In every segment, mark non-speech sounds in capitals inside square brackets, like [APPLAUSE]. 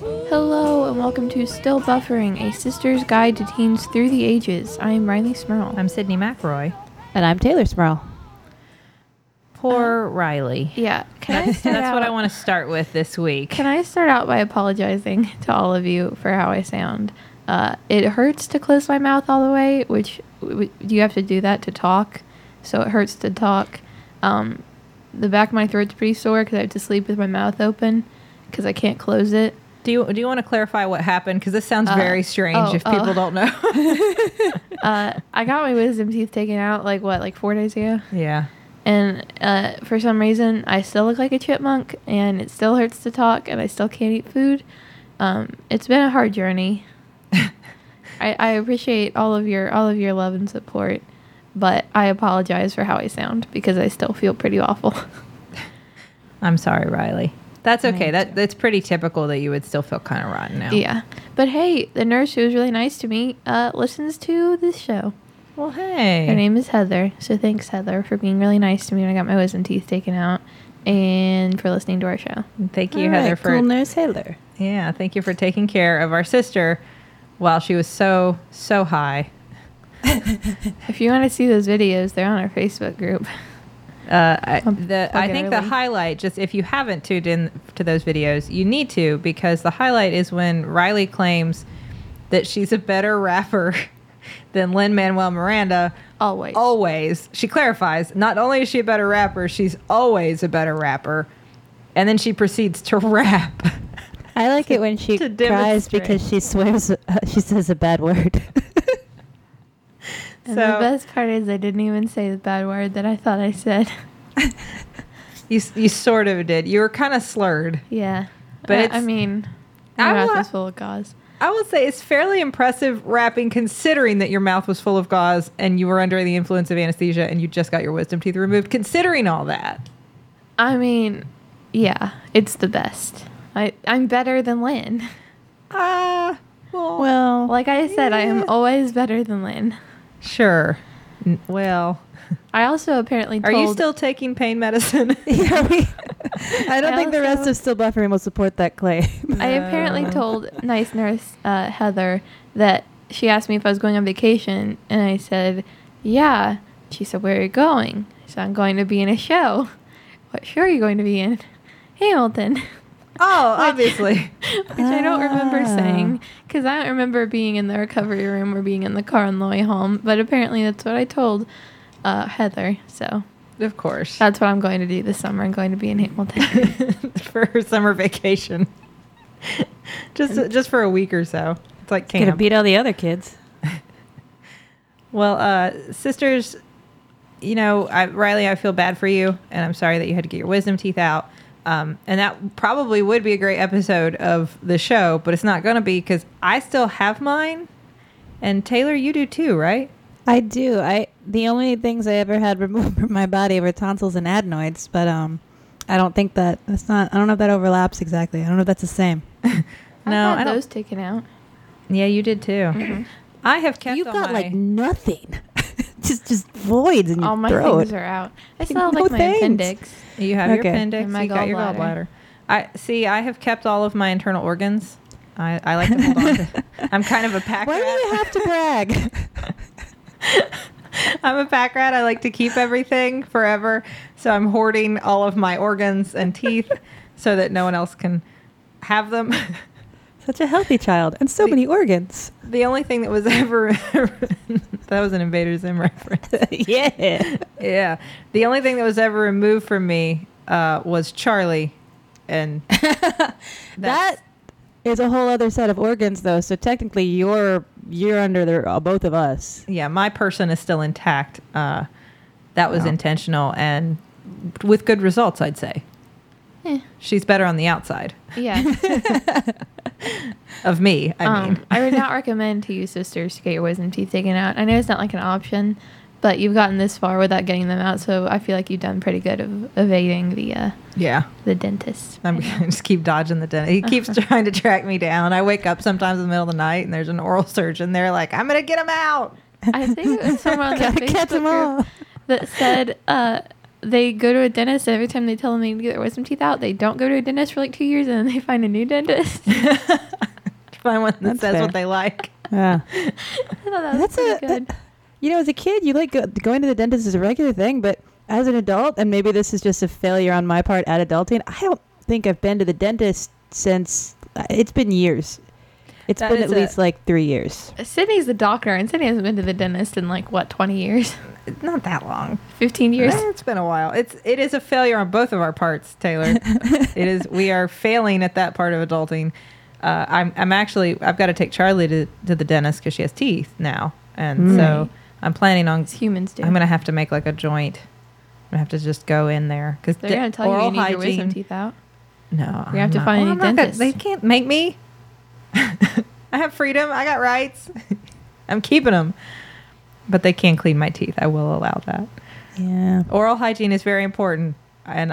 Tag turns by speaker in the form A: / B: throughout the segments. A: Hello, and welcome to Still Buffering, a sister's guide to teens through the ages. I am Riley Smurl.
B: I'm Sydney McRoy.
C: And I'm Taylor Smurl.
B: Poor Riley.
A: yeah, Um, can I
B: That's,
A: start
B: that's what
A: out-
B: I want to start with this week.
A: Can I start out by apologizing [LAUGHS] to all of you for how I sound? Uh, it hurts to close my mouth all the way, which w- w- you have to do that to talk. So it hurts to talk. Um, the back of my throat's pretty sore because I have to sleep with my mouth open because I can't close it.
B: do you do you want to clarify what happened? Because this sounds
A: Uh,
B: very strange
A: oh,
B: if
A: oh.
B: people don't know.
A: [LAUGHS] Uh, I got my wisdom teeth taken out like what, like four days ago?
B: yeah.
A: And uh, for some reason, I still look like a chipmunk, and it still hurts to talk, and I still can't eat food. Um, it's been a hard journey. I, I appreciate all of your all of your love and support, but I apologize for how I sound because I still feel pretty awful.
B: I'm sorry, Riley. That's
C: Me
B: okay.
C: too.
B: That that's pretty typical that you would still feel kind of rotten now.
A: [LAUGHS] yeah, but hey, the nurse who was really nice to me uh, listens to this show.
B: Well, hey.
A: Her name is Heather, so thanks Heather for being really nice to me when I got my wisdom teeth taken out, and for listening to our show.
B: Thank
A: Ah,
B: you, Heather, for
C: cool nurse Heather.
B: yeah. Thank you for taking care of our sister while she was so so high.
A: If you want to see those videos, they're on our Facebook group. [LAUGHS]
B: Uh, I,
A: I'll
B: the,
A: plug
B: I
A: it
B: think the
A: early.
B: highlight, just if you haven't tuned in to those videos, you need to because the highlight is when Riley claims that she's a better rapper [LAUGHS] than Lin Manuel Miranda.
A: Always.
B: Always. She clarifies not only is she a better rapper, she's always a better rapper. And then she proceeds to [LAUGHS] rap.
C: I like it [LAUGHS] when she
B: To
C: cries
B: demonstrate.
C: because she swears, uh, she says a bad word.
A: [LAUGHS] And the
B: So-
A: best part is I didn't even say the bad word that I thought I said. [LAUGHS]
B: you, s- you sort of did. You were kind of slurred.
A: yeah.
B: But
A: I- I,
B: it's-
A: mean, my
B: I
A: mouth
B: wa-
A: is full of gauze.
B: I will say it's fairly impressive rapping considering that your mouth was full of gauze and you were under the influence of anesthesia and you just got your wisdom teeth removed, considering all that.
A: I mean, yeah, it's the best. I, I'm better than Lynn.
B: Ah, well,
C: well,
A: Like I said, I am
B: Yeah.
A: always better than Lynn.
B: sure. N- Well,
A: I also apparently
B: are
A: told,
B: you still taking pain medicine?
C: [LAUGHS] [LAUGHS]
B: [LAUGHS]
C: Yeah, we- I don't
A: I
C: think the rest
A: also-
C: of Still Buffering will support that claim.
A: [LAUGHS] I
C: [LAUGHS]
A: apparently told nice nurse uh, Heather that she asked me if I was going on vacation, and I said, "Yeah." She said, "Where are you going?" So I'm going to be in a show. [LAUGHS] What show are you going to be in? [LAUGHS] Hamilton. [LAUGHS]
B: oh,
C: [LAUGHS]
B: obviously.
A: Which I don't remember
C: Ah.
A: saying because I don't remember being in the recovery room or being in the car on the way home. But apparently, that's what I told uh, Heather. So
B: Of course.
A: that's what I'm going to do this summer. I'm going to be in Hamilton.
B: [LAUGHS]
A: [LAUGHS]
B: for her summer vacation. [LAUGHS] just just for a week or so. It's like camp.
C: Gonna beat all the other kids.
B: Well, uh, sisters, you know, I, Riley, I feel bad for you, and I'm sorry that you had to get your wisdom teeth out. Um, and that probably would be a great episode of the show, but it's not going to be because I still have mine, and Taylor, you do too, right? [LAUGHS]
C: I do. I the only things I ever had [LAUGHS] removed from my body were tonsils and adenoids, but um, I don't think that that's not. I don't know if that overlaps exactly. I don't know if that's the same.
B: No,
A: I
B: I
A: had
B: don't-
A: those Mm-hmm. taken out.
B: Yeah, you did too. I have kept.
C: You've
B: all
C: got
B: my-
C: like nothing. [LAUGHS] just just voids in your
A: All my
C: throat.
A: things are out. I still have
C: No
A: like my
C: thanks.
A: appendix.
B: You have your
C: Okay.
B: appendix.
A: And my
B: you got your
A: gallbladder.
B: gallbladder. I see. I have kept all of my internal organs. I, I like to hold on.
C: [LAUGHS]
B: To, I'm kind of a pack
C: Why do
B: rat.
C: I have to brag?
B: I'm a pack rat. I like to keep everything forever. So I'm hoarding all of my organs and teeth so that no one else can have them.
C: [LAUGHS]
B: [LAUGHS]
C: Such a healthy child and so many organs.
B: The only thing that was ever [LAUGHS] that was an Invader Zim reference.
C: [LAUGHS] [LAUGHS] yeah.
B: Yeah. The only thing that was ever removed from me uh, was Charlie, and
C: That is a whole other set of organs though. So technically you're you're under the uh, both of us.
B: yeah, my person is still intact. Uh, that was
C: Wow.
B: intentional and with good results, I'd say.
A: Eh.
B: She's better on the outside
C: [LAUGHS]
A: Yeah.
B: of me. I
A: um,
B: mean,
A: I would
B: [LAUGHS]
A: not recommend to you sisters to get your wisdom teeth taken out. I know it's not like an option, but you've gotten this far without getting them out, so I feel like you've done pretty good of evading the uh,
B: yeah.
A: the dentist.
B: I'm gonna [LAUGHS] just keep dodging the dentist.
A: [LAUGHS]
B: He keeps trying to track me down. I wake up sometimes in the middle of the night and there's an oral surgeon there, like, I'm gonna get him out.
C: [LAUGHS]
A: I think it was someone on the
C: Gotta
A: Facebook [LAUGHS]
C: catch 'em all.
A: group that said uh, they go to a dentist every time they tell them they need to get their wisdom teeth out. They don't go to a dentist for like two years and then they find a new dentist. [LAUGHS] I
B: Find one that
C: That's
B: says
C: fair.
B: what they like. [LAUGHS]
C: Yeah.
A: thought that was
C: That's
A: pretty
C: a-
A: good.
C: You know, as a kid, you like go, going to the dentist is a regular thing, but as an adult, and maybe this is just a failure on my part at adulting, I don't think I've been to the dentist since uh, it's been years. It's
B: That
C: been
B: is
C: at
B: a-
C: least like three years.
A: Sydney's the doctor, and Sydney hasn't been to the dentist in like what twenty years, [LAUGHS]
B: Not that long.
A: fifteen years.
B: Eh, It's been a while. It's it is a failure on both of our parts,
A: [LAUGHS]
B: Taylor. it is we are failing at that part of adulting. Uh, I'm I'm actually I've got to take Charlie to, to the dentist because she has teeth now, and so I'm planning on
A: As humans do.
B: I'm gonna have to make like a joint. I'm gonna have to just go in there because
A: They're gonna tell you you need your wisdom teeth out.
B: No,
A: You have to find a
B: I'm not gonna-
A: dentist.
B: they can't make me. [LAUGHS] I have freedom. I got rights. [LAUGHS] I'm keeping them, but they can clean my teeth. I will allow that.
C: Yeah.
B: Oral hygiene is very important, and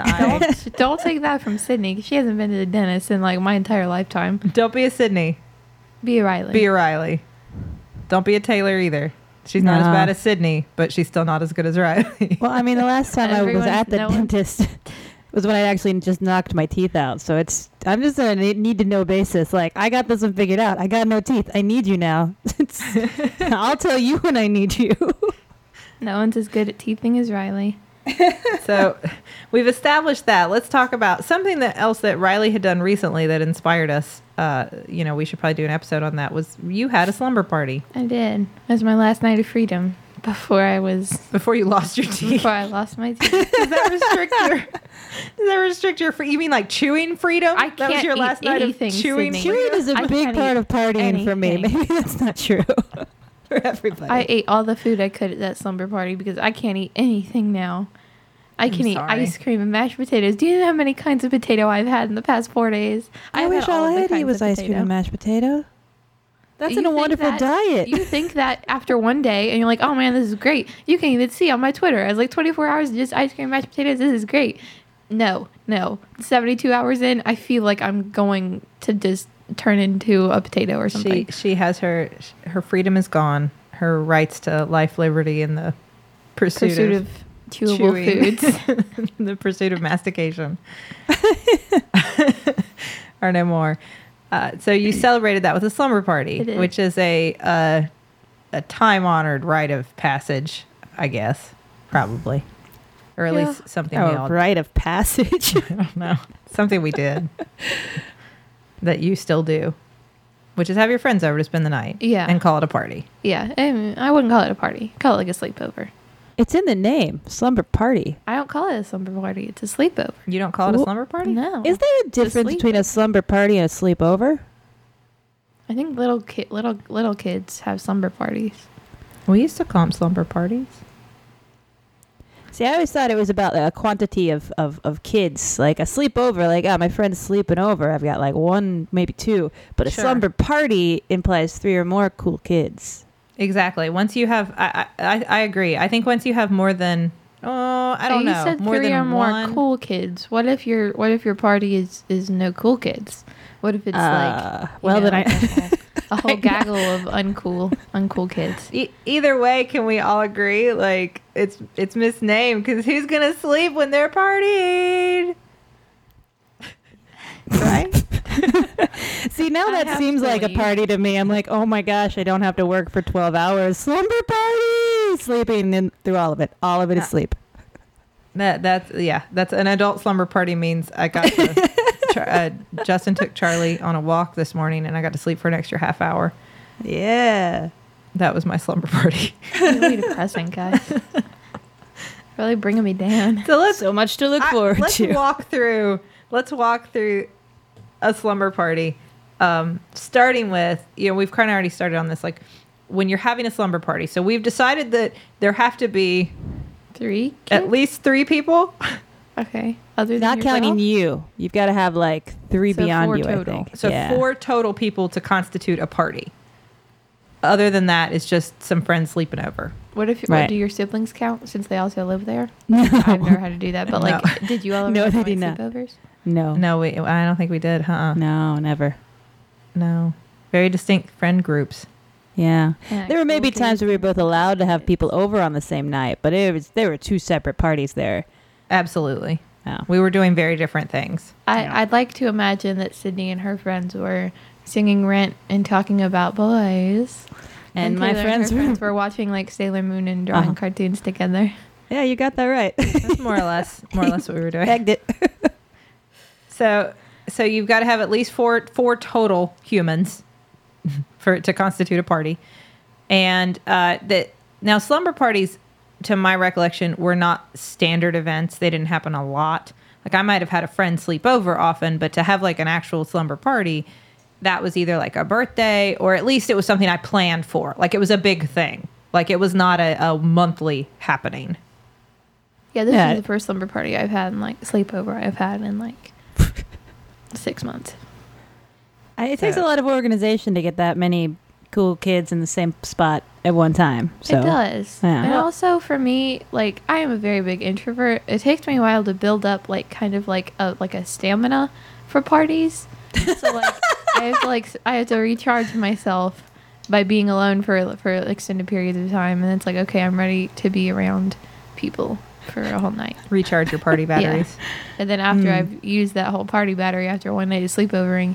A: [LAUGHS] [LAUGHS]
B: I
A: Don't don't take that from Sydney. 'cause She hasn't been to the dentist in like my entire lifetime.
B: don't be a Sydney.
A: Be a Riley.
B: Be a Riley. Don't be a Taylor either. She's not as
C: Nah.
B: bad as Sydney, but she's still not as good as Riley.
C: Well, I mean, the last time I was
A: Everyone-
C: at the
A: no one-
C: dentist [LAUGHS] was when I actually just knocked my teeth out. So it's, I'm just on a need need to know basis. Like, I got this one figured out. I got no teeth. I need you now. [LAUGHS]
A: [LAUGHS]
C: It's- I'll tell you when I need you.
A: no one's as good at teething as Riley.
B: [LAUGHS] so we've established that. Let's talk about something that else that Riley had done recently that inspired us. Uh, you know, we should probably do an episode on that. Was you had a slumber party
A: I did. It was my last night of freedom before I was
B: before you lost your teeth?
A: before I lost my teeth.
B: does that restrict your? Does [LAUGHS] that restrict your? Free, you mean like chewing freedom?
A: I
B: that was
A: can't
B: your
A: eat
B: last night
A: anything,
B: of chewing. [LAUGHS]
A: Sydney.
C: Chewing is a
A: I
C: big
A: can't
C: part
A: eat
C: of partying for me.
A: anything.
C: Maybe that's not true for
A: [LAUGHS]
C: everybody.
A: I ate all the food I could at that slumber party because I can't eat anything now. I can eat
B: sorry.
A: ice cream and mashed potatoes. Do you know how many kinds of potato I've had in the past four days?
C: I
A: I've
C: wish all
A: of
C: I
A: the
C: had to eat
A: kinds
C: was
A: of
C: ice cream
A: potato.
C: and mashed potato. That's
A: You
C: in a
A: think
C: wonderful
A: that-
C: diet.
A: You think that after one day and you're like, oh man, this is great. You can even see on my Twitter, I was like 24 hours of just ice cream and mashed potatoes. This is great. No, no. 72 hours in, I feel like I'm going to just turn into a potato or
B: She
A: something.
B: she has her her freedom is gone. Her rights to life, liberty, and the pursuit,
A: Pursuit
B: of,
A: of chewable
B: chewing.
C: [LAUGHS]
A: foods.
B: [LAUGHS] the pursuit
A: [LAUGHS]
B: of mastication are no more. Uh, so you celebrated that with a slumber party,
A: I did.
B: which is a uh, a time honored rite of passage, I guess, probably, or at
A: Yeah.
B: least something we
C: [LAUGHS] oh,
B: all
C: rite of
A: [LAUGHS]
C: passage.
B: I don't know. Something we did that you still do, which is have your friends over to spend the night.
A: Yeah.
B: And call it a party.
A: yeah, I, mean, I wouldn't call it a party. Call it like a sleepover.
C: it's in the name, slumber party.
A: I don't call it a slumber party. It's a sleepover.
B: You don't call it a
C: Wh-
B: slumber party?
A: No,
C: Is there a difference
A: Oh. sleep.
C: between a slumber party and a sleepover?
A: I think little ki- little little kids have slumber parties.
B: We used to call them slumber parties.
C: See, I always thought it was about a quantity of, of, of kids, like a sleepover, like, oh, my friend's sleeping over. I've got like one, maybe two. But a
B: Sure.
C: slumber party implies three or more cool kids.
B: Exactly. Once you have, I, I, I- I agree. I think once you have more than, oh, I don't
A: you
B: know,
A: said
B: more
A: three
B: than
A: or more
B: one.
A: cool kids. What if your What if your party is is no cool kids? What if it's
C: Uh,
A: like you
C: well, then
A: know,
C: I-
A: a
C: [LAUGHS]
A: whole, a whole
B: I know.
A: gaggle of uncool uncool kids?
B: E- either way, can we all agree? Like it's it's misnamed because who's gonna sleep when they're
A: [LAUGHS]
B: partied? right?
C: [LAUGHS] See, now
A: I
C: that
A: have
C: seems
A: to
C: like a
A: leave.
C: party to me. I'm like, oh my gosh, I don't have to work for 12 hours. Slumber party! Sleeping in, through all of it. All of it is
B: Uh,
C: sleep.
B: That that's yeah. That's an adult slumber party means I got to, [LAUGHS] Char, uh, Justin took Charlie on a walk this morning, and I got to sleep for an extra half hour.
C: Yeah.
B: That was my slumber party.
A: really depressing, guys.
C: [LAUGHS]
A: Really bringing me down.
B: [LAUGHS] So let's
C: So much to
B: [LAUGHS]
C: look
B: I-
C: forward
B: let's
C: to.
B: walk through. Let's walk through a slumber party. Um, starting with you know we've kind of already started on this like when you're having a slumber party. So we've decided that there have to be
A: Three kids.
B: at least three people.
A: okay. Other than
C: [LAUGHS] Not counting
A: yourself?
C: you. You've got to have like three
A: So
C: beyond
A: four
C: you,
A: total.
C: I think.
B: So
C: Yeah.
B: four total people to constitute a party. Other than that, it's just some friends sleeping over.
A: What if
C: Right.
A: what, do your siblings count since they also live there?
C: [LAUGHS] No.
A: I've never had to do that, but like,
B: No.
A: did you all ever
C: [LAUGHS] No,
A: have
C: they
A: night
C: did not.
A: sleepovers?
C: No.
B: No, we, I don't think we did, huh?
C: No, never.
B: No. Very distinct friend groups.
C: Yeah.
A: Yeah,
C: There were maybe
A: cool
C: times
A: kids.
C: where we were both allowed to have people over on the same night, but it was there were two separate parties there.
B: Absolutely.
C: Oh.
B: We were doing very different things.
A: I,
C: Yeah.
A: I'd like to imagine that Sydney and her friends were singing Rent and talking about boys.
C: And my
A: Taylor
C: friends
A: her
C: were-
A: friends were watching like Sailor Moon and drawing
C: Uh-huh.
A: cartoons together.
C: [LAUGHS] Yeah, you got that [LAUGHS] right.
B: That's more or less more or [LAUGHS] less what we were doing.
C: Pegged it.
B: So so you've got to have at least four four total humans [LAUGHS] for it to constitute a party. And uh that now slumber parties to my recollection were not standard events. They didn't happen a lot. Like I might have had a friend sleep over often, but to have like an actual slumber party that was either like a birthday or at least it was something I planned for. Like it was a big thing. Like it was not a, a monthly happening.
A: Yeah, this
C: Yeah.
A: is the first slumber party I've had and like sleepover I've had in
C: [LAUGHS]
A: like six months.
C: I- It takes a lot of organization to get that many cool kids in the same spot at one time. So
A: it does.
C: yeah.
A: And also for me, like I am a very big introvert. It takes me a while to build up like kind of like a like a stamina for parties. So
C: [LAUGHS]
A: like I have to like s- I have to recharge myself by being alone for for extended periods of time and it's like okay, I'm ready to be around people for a whole night.
B: Recharge your party batteries.
A: And then after
C: Mm.
A: I've used that whole party battery after one night of sleepovering,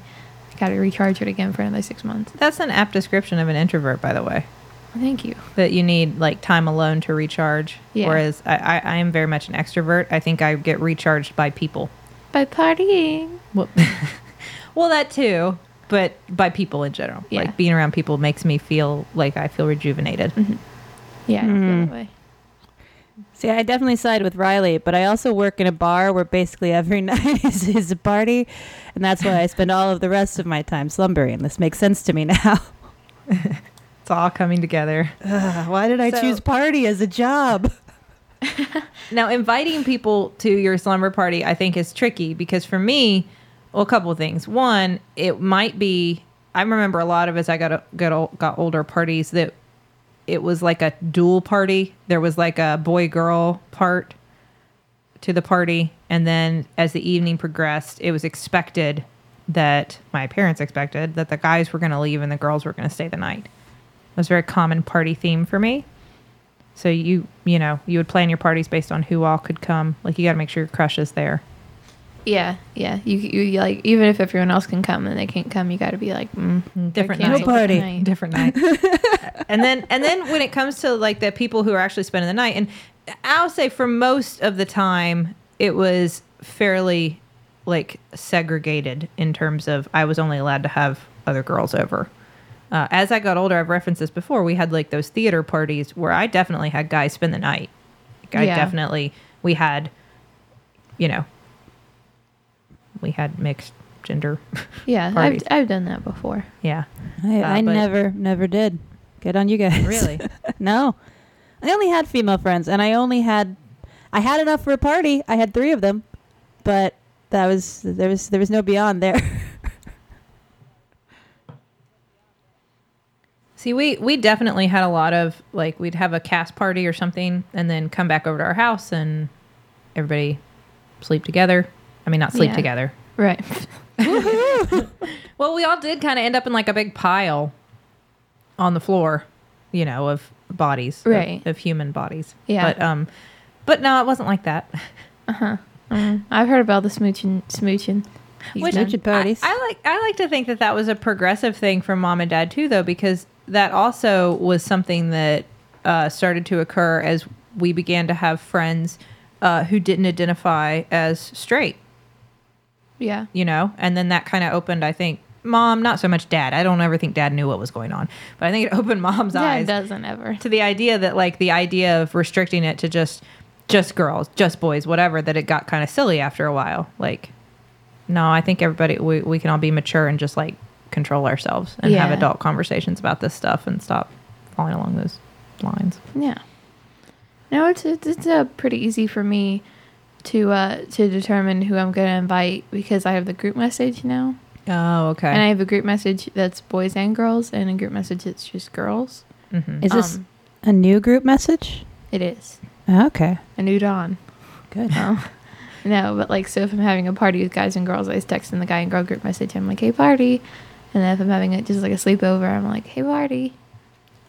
A: I got to recharge it again for another six months.
B: That's an apt description of an introvert, by the way.
A: Thank you.
B: That you need like time alone to recharge.
A: Yeah.
B: Whereas I, I, I am very much an extrovert. I think I get recharged by people.
A: By partying.
B: Well, [LAUGHS] well that too, but by people in general.
A: Yeah.
B: Like being around people makes me feel like I feel rejuvenated.
A: Mm-hmm. Yeah, I feel
C: Mm.
A: that way.
C: See, I definitely side with Riley, but I also work in a bar where basically every [LAUGHS] night is, is a party, and that's why I spend all of the rest of my time slumbering. This makes sense to me [SIGHS] now.
B: It's all coming together.
C: Uh, why did
B: I choose
C: party as a job?
B: Now, inviting people to your slumber party, I think, is tricky because for me, well, a couple of things. One, it might be. I remember a lot of as I got got ol- got older parties that it was like a dual party. There was like a boy girl part to the party, and then as the evening progressed, it was expected that my parents expected that the guys were going to leave and the girls were going to stay the night. It was a very common party theme for me. So you you know you would plan your parties based on who all could come. Like you got to make sure your crush is there.
A: Yeah, yeah. You, you you, like even if everyone else can come and they can't come, you got to be like mm, there
B: Different
A: can't
B: night.
A: be
C: No party.
A: tonight.
B: Different night. and then and then when it comes to like the people who are actually spending the night, and I'll say for most of the time it was fairly like segregated in terms of I was only allowed to have other girls over. Uh, as I got older, I've referenced this before. We had like those theater parties where I definitely had guys spend the night. Like, I
A: Yeah.
B: definitely we had, you know, we had mixed gender. [LAUGHS]
A: Yeah,
B: parties.
A: I've I've done that before.
B: yeah,
C: I,
B: Uh,
C: I
B: but-
C: never, never did. Good on you guys.
B: really.
C: [LAUGHS] no, I only had female friends, and I only had, I had enough for a party. I had three of them, but that was there was there was no beyond there. [LAUGHS]
B: See, we we definitely had a lot of like we'd have a cast party or something, and then come back over to our house and everybody sleep together. I mean, not sleep
A: Yeah.
B: together.
A: Right. [LAUGHS]
B: Well, we all did kind of end up in like a big pile on the floor, you know, of bodies, of-
A: Right.
B: Of, human bodies.
A: Yeah.
B: but um, but no, it wasn't like that.
A: Mm, I've heard about the smooching smooching. he's
B: Which-
A: done.
C: Smooching parties.
B: I, I like I like to think that that was a progressive thing from mom and dad too, though, because that also was something that uh, started to occur as we began to have friends uh, who didn't identify as straight,
A: yeah.
B: you know, and then that kind of opened, I think, mom, not so much dad. I don't ever think dad knew what was going on, but I think it opened mom's
A: Yeah, it
B: eyes
A: doesn't ever.
B: to the idea that like the idea of restricting it to just just girls, just boys, whatever, that it got kind of silly after a while. Like, no, I think everybody we, we can all be mature and just like control ourselves and have
A: Yeah.
B: adult conversations about this stuff and stop falling along those lines.
A: Yeah. No, it's it's, it's uh, pretty easy for me to uh, to determine who I'm gonna invite because I have the group message now,
B: Oh, okay.
A: and I have a group message that's boys and girls, and a group message that's just girls.
B: Mhm.
C: Is this
A: Um,
C: a new group message? Oh,
A: It is
C: Okay,
A: a new dawn.
B: [LAUGHS]
C: good.
A: Oh. No, but like, so if I'm having a party with guys and girls, I just text in the guy and girl group message. I'm like, hey, party. And then if [LAUGHS] I'm having it just like a sleepover, I'm like, hey, party.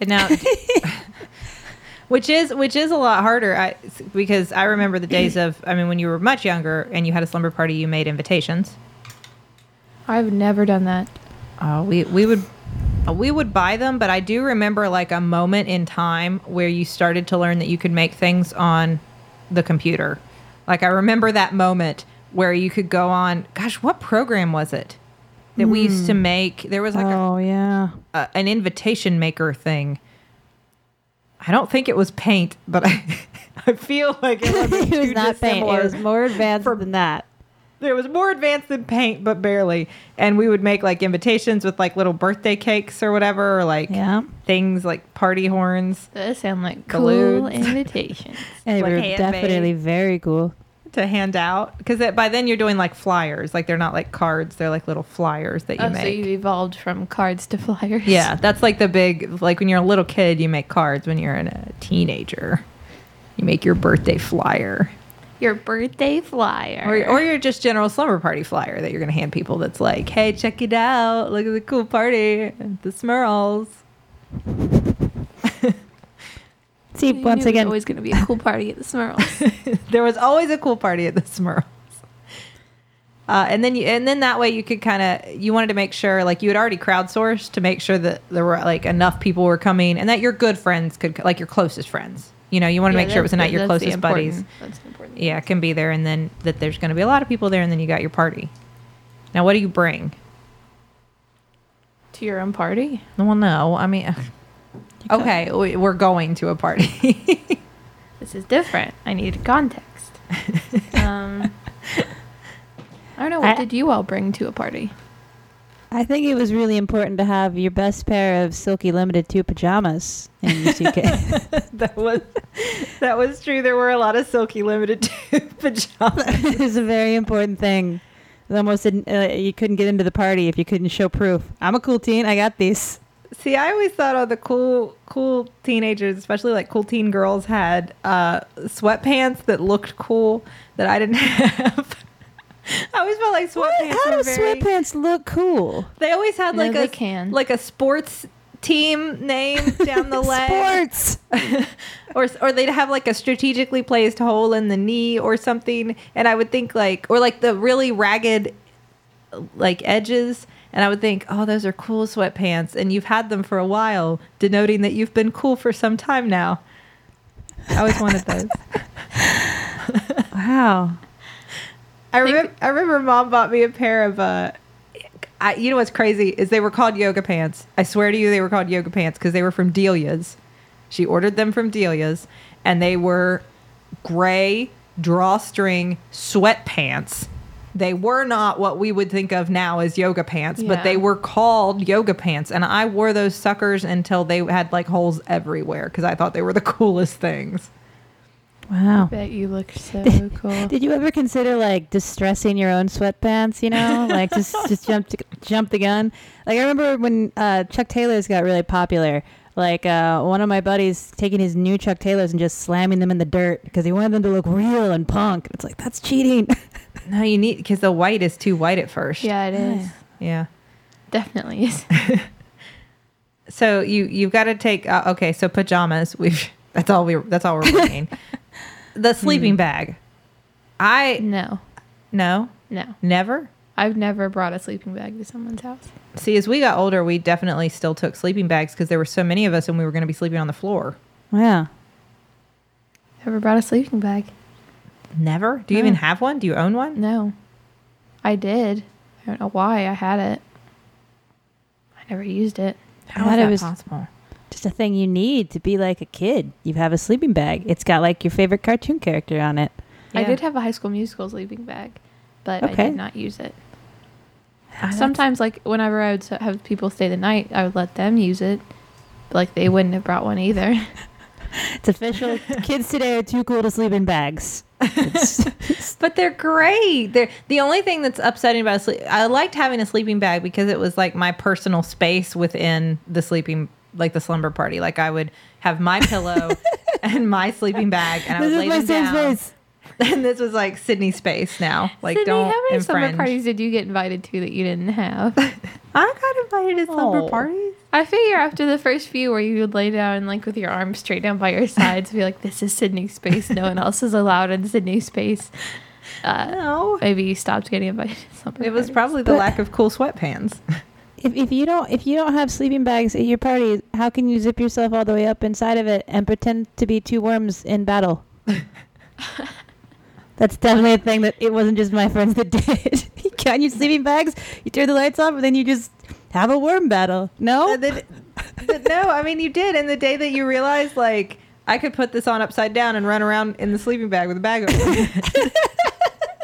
B: And now, which is which is a lot harder I, because I remember the [CLEARS THROAT] days of I mean when you were much younger and you had a slumber party you made invitations.
A: I've never done that.
B: Oh, we we would uh, we would buy them, but I do remember like a moment in time where you started to learn that you could make things on the computer. Like I remember that moment where you could go on. Gosh, what program was it that we used to make? There was like
C: Hmm. oh
B: [LAUGHS]
C: yeah.
B: a, a, an invitation maker thing. I don't think it was Paint, but [LAUGHS] I I feel like it wasn't
C: [LAUGHS] it was
B: too
C: not paint.
B: dissimilar
C: It was more advanced
B: from-
C: than
B: [LAUGHS]
C: that.
B: there was more advanced than paint, but barely. And we would make like invitations with like little birthday cakes or whatever, or like
C: Yeah.
B: things like party horns
A: Those sound like cool [LAUGHS]
B: Balloons.
A: invitations.
C: And
B: Like
C: they were
B: handmade.
C: definitely very cool.
B: to hand out. Because by then you're doing like flyers, like they're not like cards, they're like little flyers that you
A: oh,
B: make.
A: so you evolved from cards to flyers.
B: yeah, that's like the big like when you're a little kid, you make cards. When you're a teenager, you make your birthday flyer.
A: [LAUGHS] Your birthday flyer.
B: Or,
A: [LAUGHS]
B: or your just general slumber party flyer that you're going to hand people that's like, hey, check it out. Look at the cool party. at The Smurls.
C: See,
A: You
C: once
A: knew it was
C: again,
A: always going to be a cool party at the [LAUGHS] Smurls.
B: there was always a cool party at the [LAUGHS] Smurfs. Uh, and then you, and then that way you could kind of you wanted to make sure like you had already crowdsourced to make sure that there were like enough people were coming and that your good friends could like your closest friends. You know, you want to make sure it was not your closest buddies.
A: That's important.
B: Yeah, can be there, and then that there's going to be a lot of people there, and then you got your party. Now, what do you bring?
A: To your own party.
B: Well, no, I mean, uh, okay, we- we're going to a party. [LAUGHS]
A: This is different. I need
C: [LAUGHS]
A: context. um, I don't know. What
C: I-
A: did you all bring to a party?
C: I think it was really important to have your best pair of silky limited two pajamas in your suitcase.
B: [LAUGHS] that was that was true. There were a lot of silky limited [LAUGHS] to pajamas.
C: it was a very important thing. It almost didn't, uh, you couldn't get into the party if you couldn't show proof. I'm a cool teen. I got these.
B: See, I always thought all the cool cool teenagers, especially like cool teen girls, had uh, sweatpants that looked cool that I didn't [LAUGHS] have. I always felt like sweatpants.
C: How
B: were
C: do
B: very-
C: sweatpants look cool?
B: They always had
A: No,
B: like
A: they
B: a
A: can.
B: like a sports team name down
C: [LAUGHS]
B: the leg.
C: Sports.
B: or or they'd have like a strategically placed hole in the knee or something and i would think like or like the really ragged like edges and i would think oh those are cool sweatpants and you've had them for a while denoting that you've been cool for some time now i always wanted those
C: Wow.
B: I remember, I remember mom bought me a pair of uh I, you know what's crazy is they were called yoga pants. I swear to you they were called yoga pants because they were from Delia's. She ordered them from Delia's and they were gray drawstring sweatpants. They were not what we would think of now as yoga pants,
A: Yeah.
B: but they were called yoga pants and I wore those suckers until they had like holes everywhere cuz I thought they were the [LAUGHS] coolest things.
C: Wow.
A: Bet you
C: [LAUGHS]
A: look so cool.
C: Oh. Did you ever consider like distressing your own sweatpants?
B: [LAUGHS]
C: You know, like just just jump jump the gun. Like I remember when uh, Chuck Taylors got really popular. Like uh, one of my buddies taking his new Chuck Taylors and just slamming them in the dirt because he wanted them to look real and punk. It's like that's cheating.
B: No, you need cuz the white is too white at first.
A: yeah, it is.
B: Yeah.
A: Definitely [LAUGHS] is.
B: so you you've got to take uh, okay so pajamas we've [LAUGHS] that's all we that's all we're bringing the sleeping bag i
A: No,
B: no
A: no.
B: never
A: I've never brought a sleeping bag to someone's house.
B: see as we got older we definitely still took sleeping bags because there were so many of us and we were going to be sleeping on the floor
C: [LAUGHS] yeah.
A: Never brought a sleeping bag.
B: never do you even have one do you own one
A: No. I did. I don't know why I had it. I never used it.
B: how is
C: thought it
B: that
C: was-
B: possible
C: Just a thing you need to be like a kid. You have a sleeping bag. It's got like your favorite cartoon character on it.
A: I
B: Yeah.
A: did have a high school musical sleeping bag, but I
C: Okay.
A: did not use it.
B: Ah,
A: Sometimes, like, whenever I would s- have people stay the night, I would let them use it. But, like, they wouldn't have brought one either.
B: [LAUGHS]
C: It's official. Kids today are too cool to sleep in bags. It's-
B: But they're great. They're the only thing that's upsetting about a sleep. I liked having a sleeping bag because it was like my personal space within the sleeping, like the slumber party.
C: [LAUGHS]
B: Like I would have my pillow and my sleeping bag, and I
C: This
B: would
C: is
B: lay
C: my
B: them
C: safe
B: down.
C: space.
B: [LAUGHS] and this was like Sydney space now. [LAUGHS] Like,
A: Sydney,
B: don't
A: how many summer
B: infringe.
A: parties did you get invited to that you didn't have? [LAUGHS]
B: I got invited to summer
C: Oh.
B: parties.
A: I figure after the first few where you would lay down and like with your arms straight down by
B: [LAUGHS]
A: your sides, be like, "This is Sydney space. No one else is allowed in Sydney space." Uh,
B: No,
A: maybe you stopped getting invited. To summer
B: it was
A: parties.
B: probably the
C: But-
B: lack of cool sweatpants.
C: If, if you don't if you don't have sleeping bags at your party, how can you zip yourself all the way up inside of it and pretend to be two worms in
B: [LAUGHS]
C: battle? That's definitely a thing that it wasn't just my friends that [LAUGHS] did. you count your sleeping bags, you turn the lights off, and then you just have a worm battle. No,
B: And then- but no, I mean you did. And the day that you realized, like, I could put this on upside down and run around in the sleeping bag with a bag
C: [LAUGHS]
B: over. my head.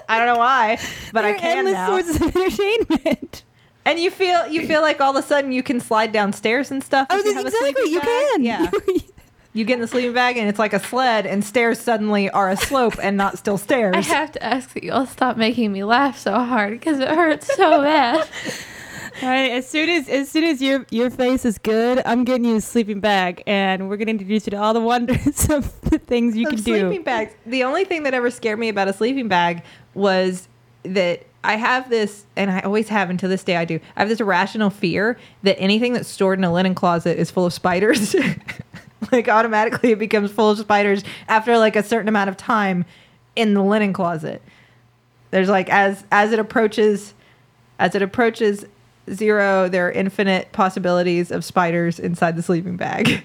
B: I don't know why, but I
C: There are
B: can
C: endless
B: now.
C: sources of [LAUGHS] entertainment.
B: And you feel you feel like all of a sudden you can slide downstairs and stuff.
C: I
B: if
C: was
B: have a
C: Oh, exactly.
B: sleeping
C: You
B: bag.
C: can.
B: Yeah. You get in the sleeping bag and it's like a sled, and stairs suddenly are a slope and not
C: [LAUGHS]
B: still stairs.
A: I have to ask that y'all stop making me laugh so hard because it hurts so
B: [LAUGHS]
A: bad.
C: [LAUGHS] All right. As soon as as soon as your your face is good, I'm getting you a sleeping bag, and we're gonna introduce you to all the wonders [LAUGHS] of the things you
B: Of
C: can
B: sleeping
C: do.
B: bags. The only thing that ever scared me about a sleeping bag was that I have this, and I always have until this day. I do. I have this irrational fear that anything that's stored in a linen closet is full of spiders. [LAUGHS] like automatically, it becomes full of spiders after like a certain amount of time in the linen closet. There's like as as it approaches, as it approaches zero, there are infinite possibilities of spiders inside the sleeping bag.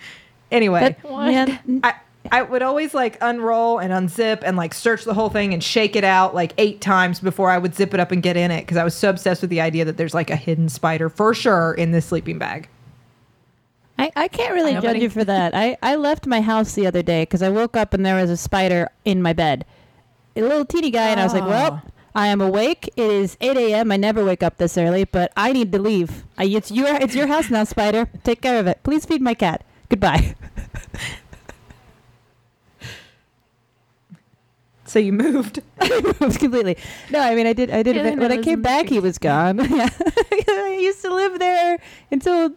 B: [LAUGHS] anyway, [LAUGHS]
C: That,
A: What?
C: yeah,
B: I I would always like unroll and unzip and like search the whole thing and shake it out like eight times before I would zip it up and get in it because I was so obsessed with the idea that there's like a hidden spider for sure in this sleeping bag.
C: I, I can't really
A: Nobody-
C: judge you for that. I, I left my house the other day because I woke up and there was a spider in my bed. A little teeny guy, and I was like, well, I am awake. It is 8 a.m. I never wake up this early, but I need to leave. I, it's, your, it's your house now, spider. Take care of it. Please feed my cat. Goodbye. [LAUGHS]
B: So you moved.
C: Completely. No, I mean, I did. I did.
A: Yeah, then
C: when
A: it
C: I
A: was
C: came back, he
A: moved.
C: was gone. [LAUGHS] Yeah. I used to live there until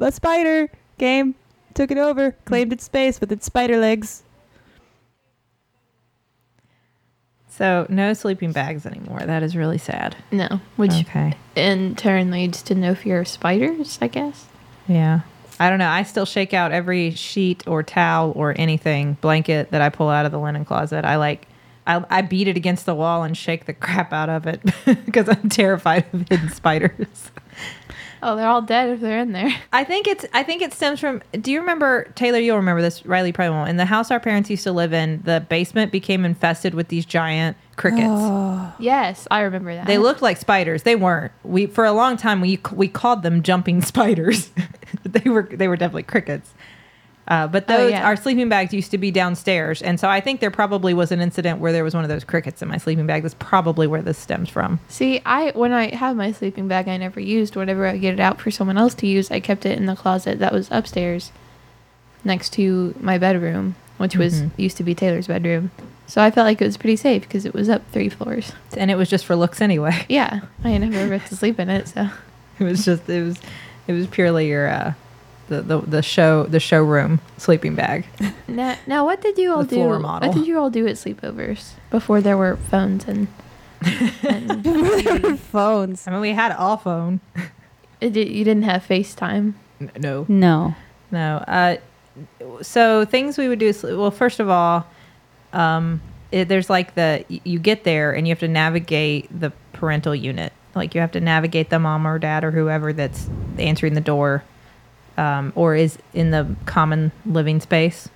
C: a spider came, took it over, claimed its space with its spider legs.
B: So no sleeping bags anymore. That is really sad.
A: No, which
B: okay.
A: in turn leads to no fear of spiders, I guess.
B: Yeah. I don't know. I still shake out every sheet or towel or anything blanket that I pull out of the linen closet. I like. I, I beat it against the wall and shake the [LAUGHS] crap out of it because I'm terrified of hidden spiders.
A: Oh, they're all dead if they're in [SIGHS] there.
B: I think it's I think it stems from do you remember Taylor you'll remember this Riley probably won't in the house our parents used to live in the basement became infested with these giant crickets
A: Oh. Yes, I remember that.
B: they looked like spiders they weren't we for a long time we we called them jumping [LAUGHS] spiders they were they were definitely crickets uh, but
A: Oh,
B: those
A: yeah.
B: our sleeping bags used to be downstairs and so I think there probably was an incident where there was one of those crickets in my sleeping bag that's probably where this stems from
A: See, I when I have my sleeping bag, I never used. Whenever I get it out for someone else to use, I kept it in the closet that was upstairs, next to my bedroom, which was used to be Taylor's bedroom. So I felt like it was pretty safe because it was up three [LAUGHS] floors.
B: and it was just for looks anyway
A: Yeah, I never got to sleep in it, so
B: [LAUGHS] It was just it was it was purely your uh the the, the show the showroom sleeping bag.
A: [LAUGHS] Now, now what did you all do?
B: The floor model.
A: What did you all do at sleepovers before there were phones and?
B: [LAUGHS]
A: and TV?
C: Phones.
B: I mean, we had all phone.
A: It did- you didn't have FaceTime.
B: N- No,
C: No.
B: no. Uh, so things we would do. is- Well, first of all, um, it, there's like the y- you get there and you have to navigate the parental unit. Like you have to navigate the mom or dad or whoever that's answering the door, um, or is in the common living space.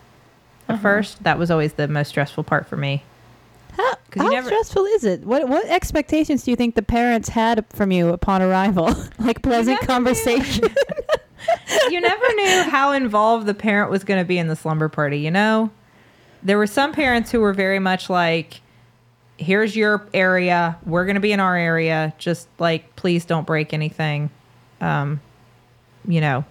B: At first, that was always the most stressful part for me.
C: How,
B: 'Cause you
C: how
B: never-
C: stressful is it? What what expectations do you think the parents had from you upon arrival? [LAUGHS] like pleasant
B: never knew.
C: conversation.
B: [LAUGHS] you never knew how involved the parent was going to be in the slumber party, you know? There were some parents who were very much like, here's your area. We're going to be in our area. Just like, please don't break anything. Um, you know,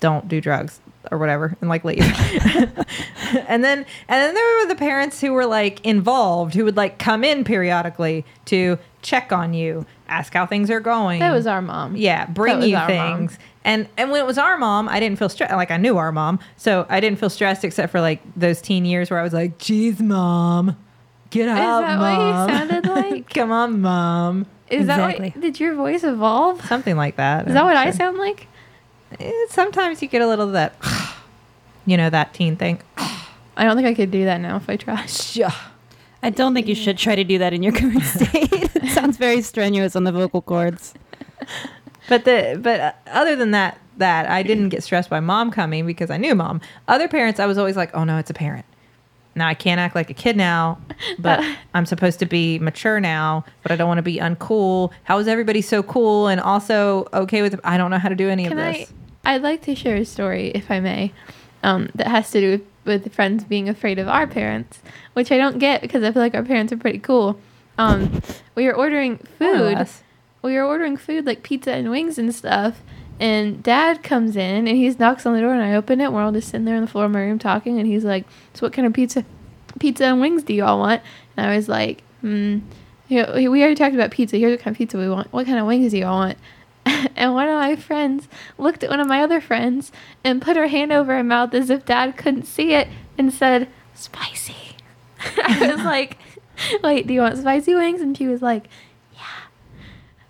B: don't do drugs or whatever and like leave. [LAUGHS] and then and then there were the parents who were like involved who would like come in periodically to check on you, ask how things are going.
A: That was our mom.
B: Yeah, bring
A: was
B: you
A: our mom.
B: things. And and when it was our mom, I didn't feel stressed. Like I knew our mom, so I didn't feel stressed except for like those teen years where I was like, "Geez, mom," Get
A: Is
B: out,
A: that what you
B: mom. [LAUGHS]
A: sounded like?
B: Come on, mom.
A: Is that
C: Exactly.
A: what, did your voice evolve?
B: Something like that.
A: Is that
B: I'm
A: what I
B: sure.
A: sound like?
B: Eh, Sometimes you get a little of that, [SIGHS] you know, that teen thing.
A: I don't think I could do that now if I tried.
C: I don't think you should try to do that in
B: [LAUGHS]
C: your current state. it sounds very strenuous on the vocal cords.
B: But the but uh, other than that, that I didn't get stressed by mom coming because I knew mom. Other parents, I was always like, oh no, it's a parent. Now I can't act like a
A: [LAUGHS]
B: kid now, but I'm supposed to be mature now, but I don't want to be uncool. How is everybody so cool and also okay with? I don't know how to do any
A: Can
B: of
A: I?
B: this.
A: I'd like to share a story, if I may, um, that has to do with, with friends being afraid of our parents, which I don't get because I feel like our parents are pretty cool. Um, we were ordering
B: More or
A: food.
B: less.
A: We were ordering food like pizza and wings and stuff. And dad comes in and he knocks on the door and I open it. and We're all just sitting there on the floor of my room talking. And he's like, "So what kind of pizza, pizza and wings do you all want?" And I was like, "Hmm, you know, we already talked about pizza. Here's what kind of pizza we want. What kind of wings do you all want?" [LAUGHS] and one of my friends looked at one of my other friends and put her hand over her mouth as if dad couldn't see it and said, "Spicy." [LAUGHS] I was like, "Wait, do you want spicy wings?" And she was like,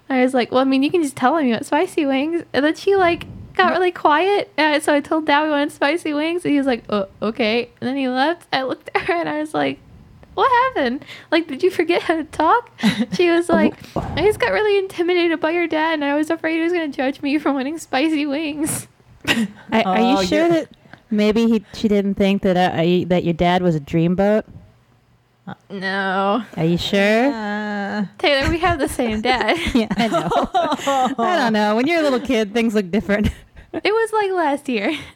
A: I was like, well, I mean, you can just tell him you want spicy wings. And then she like got really quiet. Uh, so I told Dad we wanted spicy wings, and he was like, oh, okay. And then he left. I looked at her and I was like, what happened? Like, did you forget how to talk? She was like, I just got really intimidated by your dad, and I was afraid he was gonna judge me for wanting spicy wings.
C: I, are
B: Oh,
C: you sure
B: you're-
C: that maybe he, she didn't think that uh, I, that your dad was a dreamboat?
A: No,
C: Are you sure?
B: Uh,
A: Taylor, we have the same dad.
C: [LAUGHS] Yeah, I know.
B: [LAUGHS]
C: I don't know. When you're a little kid, things look different.
A: it was like last year.
C: [LAUGHS]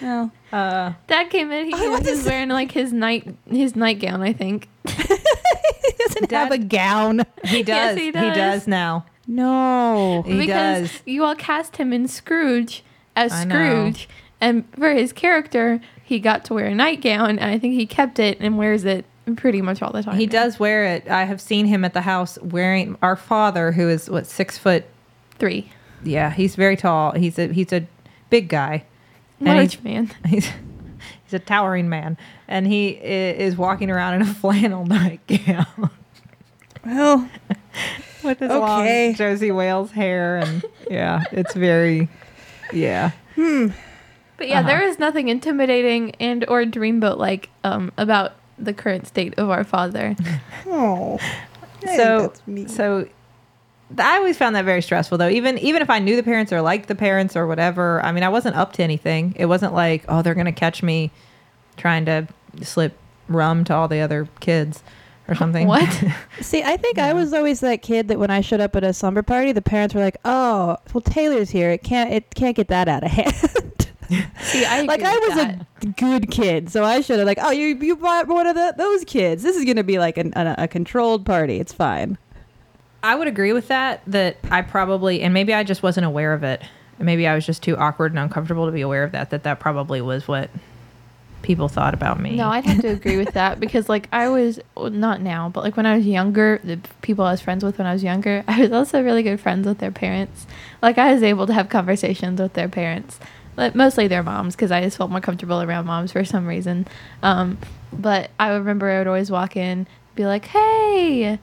C: No.
A: [LAUGHS]
B: uh,
A: Dad came in. He
C: I
A: was
C: want to
A: just
C: say-
A: wearing like his night his nightgown, I think.
C: he doesn't have
B: Dad-
C: a gown.
B: [LAUGHS] he
A: Yes,
B: does.
A: he
B: he does.
A: does.
B: now.
C: No.
B: He
A: because
B: does.
A: you all cast him in Scrooge as
B: I know.
A: Scrooge, and for his character, he got to wear a nightgown, and I think he kept it and wears it pretty much all the time.
B: He
A: now.
B: does wear it. I have seen him at the house wearing our father, who is what six foot.
A: three
B: Yeah, he's very tall. He's a he's a big guy. And
A: large
B: he's- [LAUGHS]
A: man.
B: He's he's a towering man, and he i- is walking around in a [LAUGHS] flannel nightgown
C: Well,
B: [LAUGHS] with his
C: Okay.
B: long Josie Wales hair, and yeah, it's very yeah.
A: But yeah,
B: Uh-huh.
A: there is nothing intimidating and or dreamboat like um, about the current state of our
B: [LAUGHS]
A: father.
C: oh.
B: so so th- I always found that very stressful though. Even even if I knew the parents or liked the parents or whatever, I mean, I wasn't up to anything. It wasn't like, oh, they're gonna catch me trying to slip rum to all the other kids or something.
A: What?
C: See, I think I was always that kid that when I showed up at a slumber party, the parents were like, "Oh, well, Taylor's here. It can't. It can't get that out of [LAUGHS] hand."
A: See, I
C: like
A: agree
C: I
A: with
C: was
A: that.
C: a good kid, so I should have like, "Oh, you you brought one of the, those kids. This is gonna be like an, a, a controlled party. It's fine."
B: I would agree with that. That I probably and maybe I just wasn't aware of it. Maybe I was just too awkward and uncomfortable to be aware of that. That that probably was what people thought about me.
A: No, I'd have to agree with that because, like, I was well, not now, but like when I was younger, the people I was friends with when I was younger, [LAUGHS] I was also really good friends with their parents. Like, I was able to have conversations with their parents, like mostly their moms, because I just felt more comfortable around moms for some reason. Um, but I remember I would always walk in, be like, "Hey,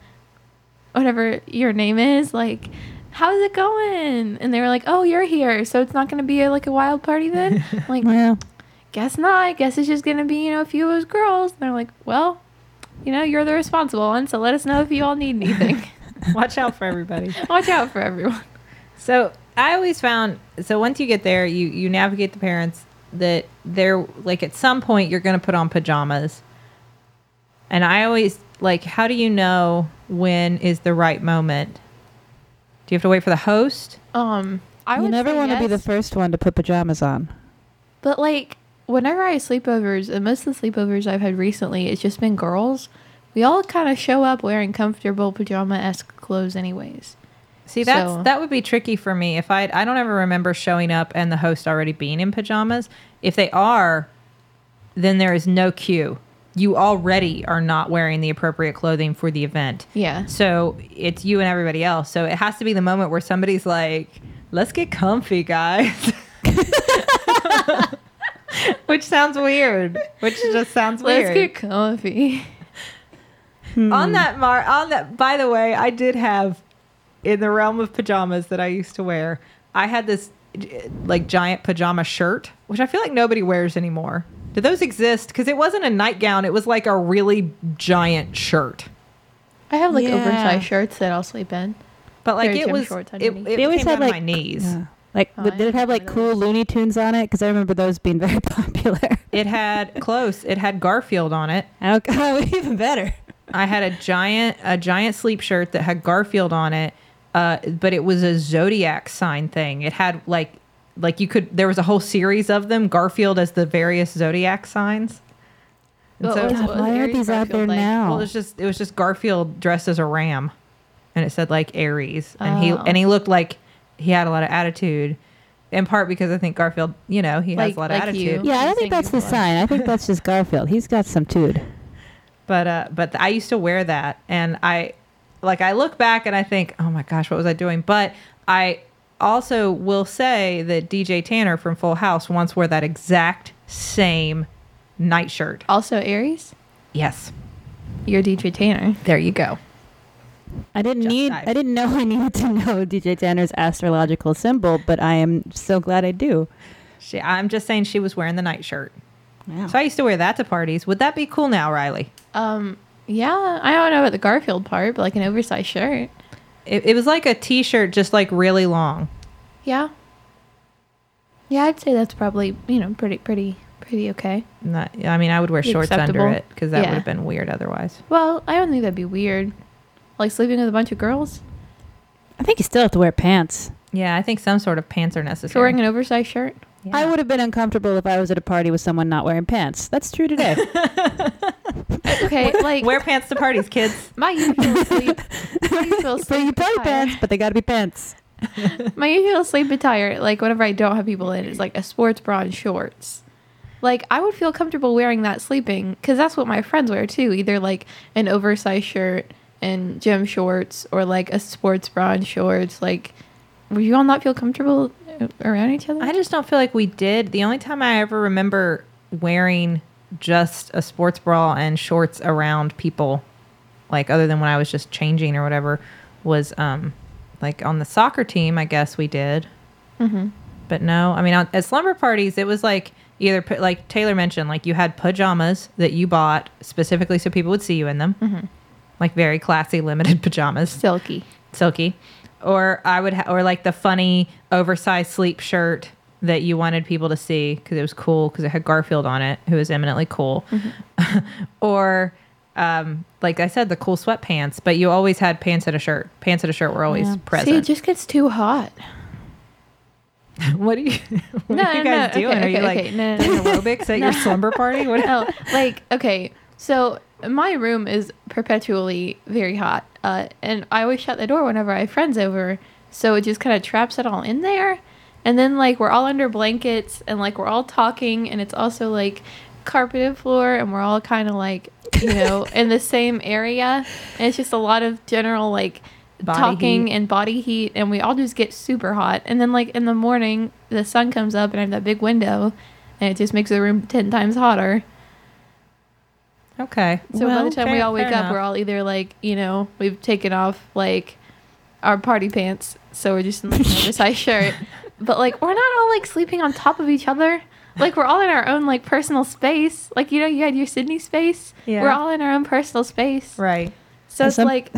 A: whatever your name is, like, how's it going?" And they were like, "Oh, you're here, so it's not going to be like a wild party then." I'm like,
C: Well,
A: guess not. I guess it's just gonna be, you know, a few of those girls. And they're like, well, you know, you're the responsible one, so let us know if you all need [LAUGHS] anything.
B: [LAUGHS] Watch out for everybody.
A: Watch out for everyone.
B: So I always found so once you get there, you you navigate the parents that they're like at some point you're going to put on pajamas. And I always like how do you know when is the right moment? Do you have to wait for the host?
A: Um, I
C: you
A: would
C: never
A: want to
C: be the first one to put pajamas on.
A: But like, whenever I have sleepovers, and most of the sleepovers I've had recently, it's just been girls. We all kind of show up wearing comfortable pajama esque clothes, anyways.
B: See, that's
A: So-
B: that would be tricky for me if I I don't ever remember showing up and the host already being in pajamas. If they are, then there is no cue. You already are not wearing the appropriate clothing for the event.
A: Yeah.
B: So it's you and everybody else. So it has to be the moment where somebody's like, let's get comfy, guys. [LAUGHS] which sounds weird. Which just sounds
A: Let's
B: weird.
A: get comfy.
C: Hmm.
B: On that mar on that by the way, I did have in the realm of pajamas that I used to wear, I had this eh, like giant pajama shirt, which I feel like nobody wears anymore. Do those exist? Because it wasn't a nightgown, it was like a really giant shirt.
A: I have like
C: Yeah.
A: oversized shirts that I'll sleep in.
B: But like
A: Very
B: it
A: gym
B: was
A: shorts
B: it,
A: underneath.
B: it
C: They always
B: came
C: had,
B: down to my
C: like,
B: knees.
C: Yeah. Like,
A: Oh,
C: w-
A: I
C: did it
A: didn't
C: have like
A: remember
C: cool
A: those.
C: Looney Tunes on it? Because I remember those being [LAUGHS] very popular.
B: It had close. It had Garfield on it.
C: Oh, God, [LAUGHS] even better.
B: I had a giant a giant sleep shirt that had Garfield on it, uh, but it was a zodiac sign thing. It had like like you could there was a whole series of them. Garfield as the various zodiac signs. And
A: What
B: so,
A: was-
C: God,
A: what
C: why aren't
A: Aries
C: these out
A: Garfield
C: there
A: like?
C: now?
B: well, it's just it was just Garfield dressed as a ram, and it said like Aries, and he
A: Oh.
B: and he looked like he had a lot of attitude. In part because I think Garfield, you know, he has
A: Like-
B: a lot of
A: like
B: attitude.
A: you.
C: yeah, I don't think
A: Singing
C: that's the
A: voice.
C: sign. I think that's just Garfield. He's got some tude.
B: but uh but i used to wear that and i like i look back and i think oh my gosh what was i doing but i also will say that dj tanner from full house once wore that exact same nightshirt
A: Also, Aries,
B: yes
A: you're DJ Tanner.
B: there you go
C: I didn't
B: Just
C: need.
B: dive.
C: I didn't know [LAUGHS] I needed to know DJ Tanner's astrological symbol, but I am so glad I do.
B: she, i'm just saying she was wearing the nightshirt
C: Wow.
B: so i used to wear that to parties would that be cool now riley
A: Um, yeah, I don't know about the Garfield part, but like an oversized shirt.
B: it, it was like a t-shirt just like really long
A: Yeah. Yeah, I'd say that's probably you know pretty pretty pretty okay.
B: Not, i mean i would wear shorts
A: Acceptable.
B: under it because that
A: Yeah.
B: would have been weird otherwise
A: Well, I don't think that'd be weird. Like sleeping with a bunch of girls.
C: I think you still have to wear pants.
B: yeah i think some sort of pants are
A: If you're
B: necessary
A: wearing an oversized shirt,
B: Yeah.
C: I would have been uncomfortable if I was at a party with someone not wearing pants. That's true [LAUGHS] today.
A: [LAUGHS] okay. Like
B: wear pants to parties kids
A: my usual [LAUGHS] sleep, my usual
C: so you
A: sleep
C: play
A: attire,
C: pants, but they got to be pants.
A: my usual sleep attire, like whenever I don't have people in, is like a sports bra and shorts. Like I would feel comfortable wearing that sleeping because that's what my friends wear too. Either like an oversized shirt and gym shorts, or like a sports bra and shorts. Like, would you all not feel comfortable uh, around each other?
B: [LAUGHS] I just don't feel like we did. The only time I ever remember wearing just a sports bra and shorts around people, like other than when I was just changing or whatever, was um like on the soccer team. I guess we did,
A: mm-hmm.
B: but no. I mean, on, at slumber parties, it was like either pa- like Taylor mentioned, like you had pajamas that you bought specifically so people would see you in them, like very classy, limited [LAUGHS] pajamas
A: Silky.
B: silky or i would ha- or like the funny oversized sleep shirt that you wanted people to see because it was cool because it had garfield on it who is eminently cool [LAUGHS] or um, like i said the cool sweatpants but you always had pants and a shirt pants and a shirt were always
C: Yeah.
A: See, it
B: present
A: just gets too hot.
B: [LAUGHS] what are you [LAUGHS] what are
A: No,
B: you
A: no,
B: guys
A: no,
B: doing
A: okay,
B: are you
A: okay,
B: like
A: okay. No, no,
B: doing aerobics at your slumber
A: [LAUGHS]
B: party what [LAUGHS]
A: no, like okay. So my room is perpetually very hot, uh, and I always shut the door whenever I have friends over, so it just kind of traps it all in there. And then like we're all under blankets, and like we're all talking, and it's also like carpeted floor, and we're all kind of like you know
B: [LAUGHS]
A: in the same area, and it's just a lot of general like
B: Body
A: talking
B: heat.
A: and body heat, and we all just get super hot. And then like in the morning, the sun comes up, and I have that big window, and it just makes the room ten times hotter.
B: okay
A: So by
C: Well,
A: the time we
B: fair-
A: all wake
B: fair
A: up, we're
B: enough.
A: all either like, you know, we've taken off like our party pants, so we're just in
B: [LAUGHS]
A: like an oversized shirt. But like we're not all like sleeping on top of each other. Like we're all in our own like personal space. Like you know, you had your Sydney space.
B: Yeah.
A: We're all in our own personal space.
B: right
A: So it's
C: Some-
A: like,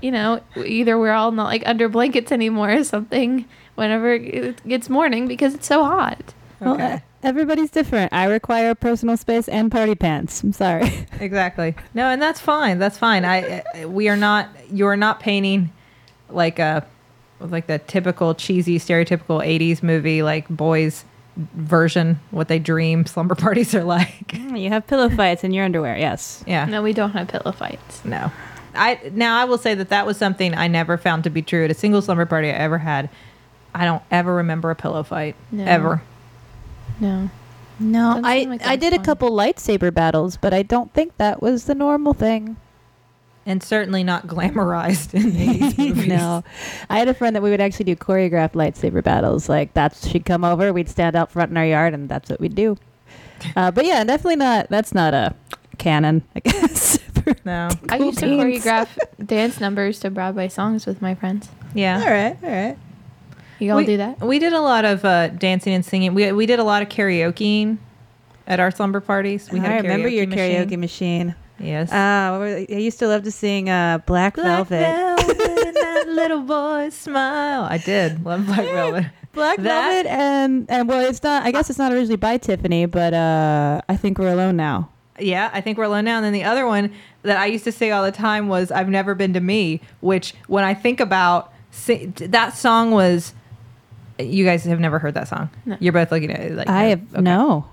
A: you know, either we're all not like under blankets anymore or something. Whenever it gets morning because it's so hot.
C: Well,
B: Okay.
C: uh, everybody's different. I require personal space and party pants. I'm sorry. [LAUGHS]
B: exactly no and that's fine that's fine i I- we are not you're not painting like a like the typical cheesy stereotypical 80s movie like boys version what they dream slumber [LAUGHS] parties are like
C: Mm, you have pillow fights in your underwear. Yes.
B: yeah
A: Mm-hmm. No, we don't have pillow fights.
B: no i now i will say that that was something i never found to be true at a single slumber party i ever had i don't ever remember a pillow fight
A: No.
B: ever
A: No.
C: No,
A: Doesn't
C: I
A: seem like
C: I
A: that's
C: did a
A: fun.
C: couple lightsaber battles, but I don't think that was the normal thing.
B: and certainly not glamorized in the
A: [LAUGHS]
B: 80s movies
C: [LAUGHS] no, I had a friend that we would actually do choreographed lightsaber battles. Like that's she'd come over, we'd stand out front in our yard, and that's what we'd do. Uh, but yeah, definitely not. That's not a canon, I [LAUGHS] guess. for
B: No.
A: I
C: Cool
A: used to
C: beans.
A: choreograph dance numbers to Broadway songs with my friends.
B: Yeah.
C: All right, all right.
A: You all
B: we,
A: do that?
B: We did a lot of uh, dancing and singing. We, we did a lot of karaokeing at our slumber parties. We had
C: I
B: a
C: remember your
B: machine.
C: karaoke machine.
B: Yes.
C: Ah, what were they- I used to love to sing uh, Black,
B: Black
C: Velvet.
B: Velvet and [LAUGHS] that little boy's smile. I did love Black Velvet.
C: [LAUGHS] Black
B: That-
C: Velvet and and well, it's not. I guess it's not originally by Tiffany, but uh, I think we're alone now.
B: Yeah, I think we're alone now. And then the other one that I used to say all the time was "I've never been to me," which when I think about si- that song was, you guys have never heard that song.
A: No.
B: You're both looking at it like
C: I have
B: okay.
C: no.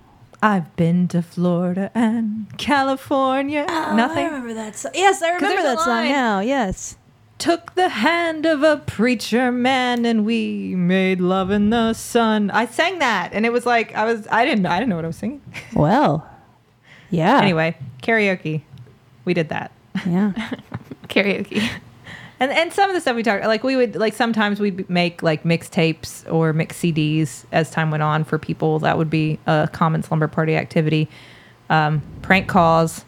B: I've been to Florida and California.
C: Ah.
B: Nothing.
C: Oh, that song. Yes, I
B: remember that song
C: now. Yes.
B: Took the hand of a preacher man and we made love in the sun. I sang that and it was like I was I didn't I didn't know what I was singing.
C: Well. Yeah.
B: Anyway, karaoke. We did that.
C: Yeah.
A: Karaoke.
B: And and some of the stuff we talked like we would like sometimes we'd make like mixtapes or mix CDs as time went on for people. That would be a common slumber party activity. Um, prank calls.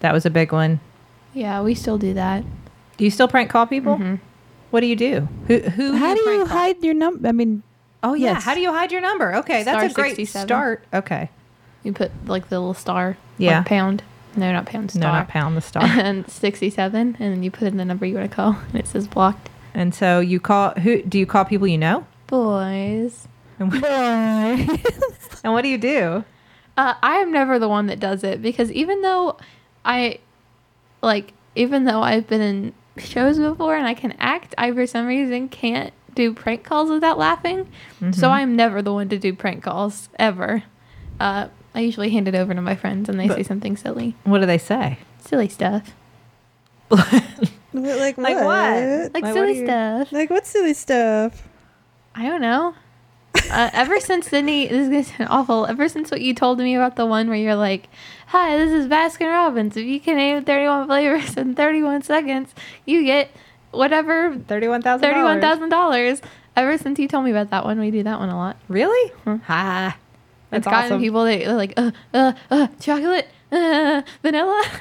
B: That was a big one.
A: Yeah, we still do that.
B: Do you still prank call people?
A: Mhm.
B: What do you do? Who [LAUGHS] who
C: Mm-hmm. How do you
B: prank call?
C: hide your number? I [LAUGHS] mean,
B: Oh yeah.
C: Yes.
B: How do you hide your number? Okay, that's
A: Star
B: a great
A: 67.
B: start. Okay.
A: You put like the little star.
B: Yeah.
A: Like pound. No, not pound. Star.
B: No, not pound the [LAUGHS] star.
A: [LAUGHS] And 67, and then you put in the number you want to call, and it says blocked.
B: and so you call who? Do you call people you know?
A: Boys.
C: boy.
B: And what do you do?
A: Uh, I am never the one that does it because even though I, like, even though I've been in shows before and I can act, I for some reason can't do prank calls without laughing.
B: Mm-hmm.
A: So I'm never the one to do prank calls ever. Uh, I usually hand it over to my friends and they
B: But-
A: say something silly,
B: What do they [LAUGHS] say?
A: silly stuff,
C: like
B: Like what?
A: like
B: Why, what
A: silly
B: do you-
A: stuff.
C: Like what silly stuff?
A: I don't know. Uh, [LAUGHS] ever since Sydney, this is gonna sound awful. Ever since what you told me about the one where you're like, "Hi, this is Baskin Robbins. If you can name 31 flavors in 31 seconds, you get whatever
B: Thirty-one thousand.
A: thirty-one thousand dollars." Ever since you told me about that one, we do that one a lot.
B: Really?
A: Mhm.
B: Ha. Mm-hmm. That's
A: it's gotten
B: awesome.
A: people that are like, uh, uh, uh, chocolate, uh, vanilla. [LAUGHS]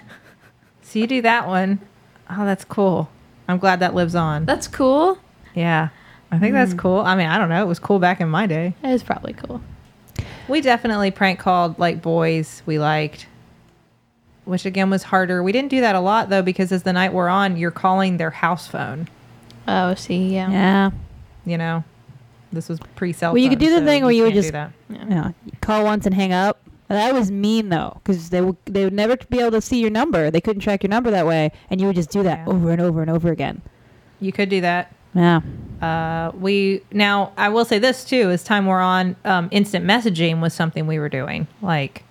B: So you do that one. Oh, that's cool. I'm glad that lives on.
A: That's cool.
B: Yeah. I think that's cool. I mean, I don't know. It was cool back in my day.
A: That is probably cool.
B: We definitely prank called like boys we liked, which again was harder. We didn't do that a lot though because as the night wore on, you're calling their house phone.
A: Oh, see, yeah.
C: Yeah.
B: You know, this was pre-cell.
C: Well, you
B: phone,
C: could do the
B: so
C: thing where you would
B: can't do
C: just-
B: that.
C: Yeah. You call once and hang up. That was mean though, because they would they would never be able to see your number. They couldn't track your number that way, and you would just do that
B: Yeah.
C: over and over and over again.
B: You could do that.
C: Yeah.
B: Uh, we now I will say this too: as time wore on, um, instant messaging was something we were doing. Like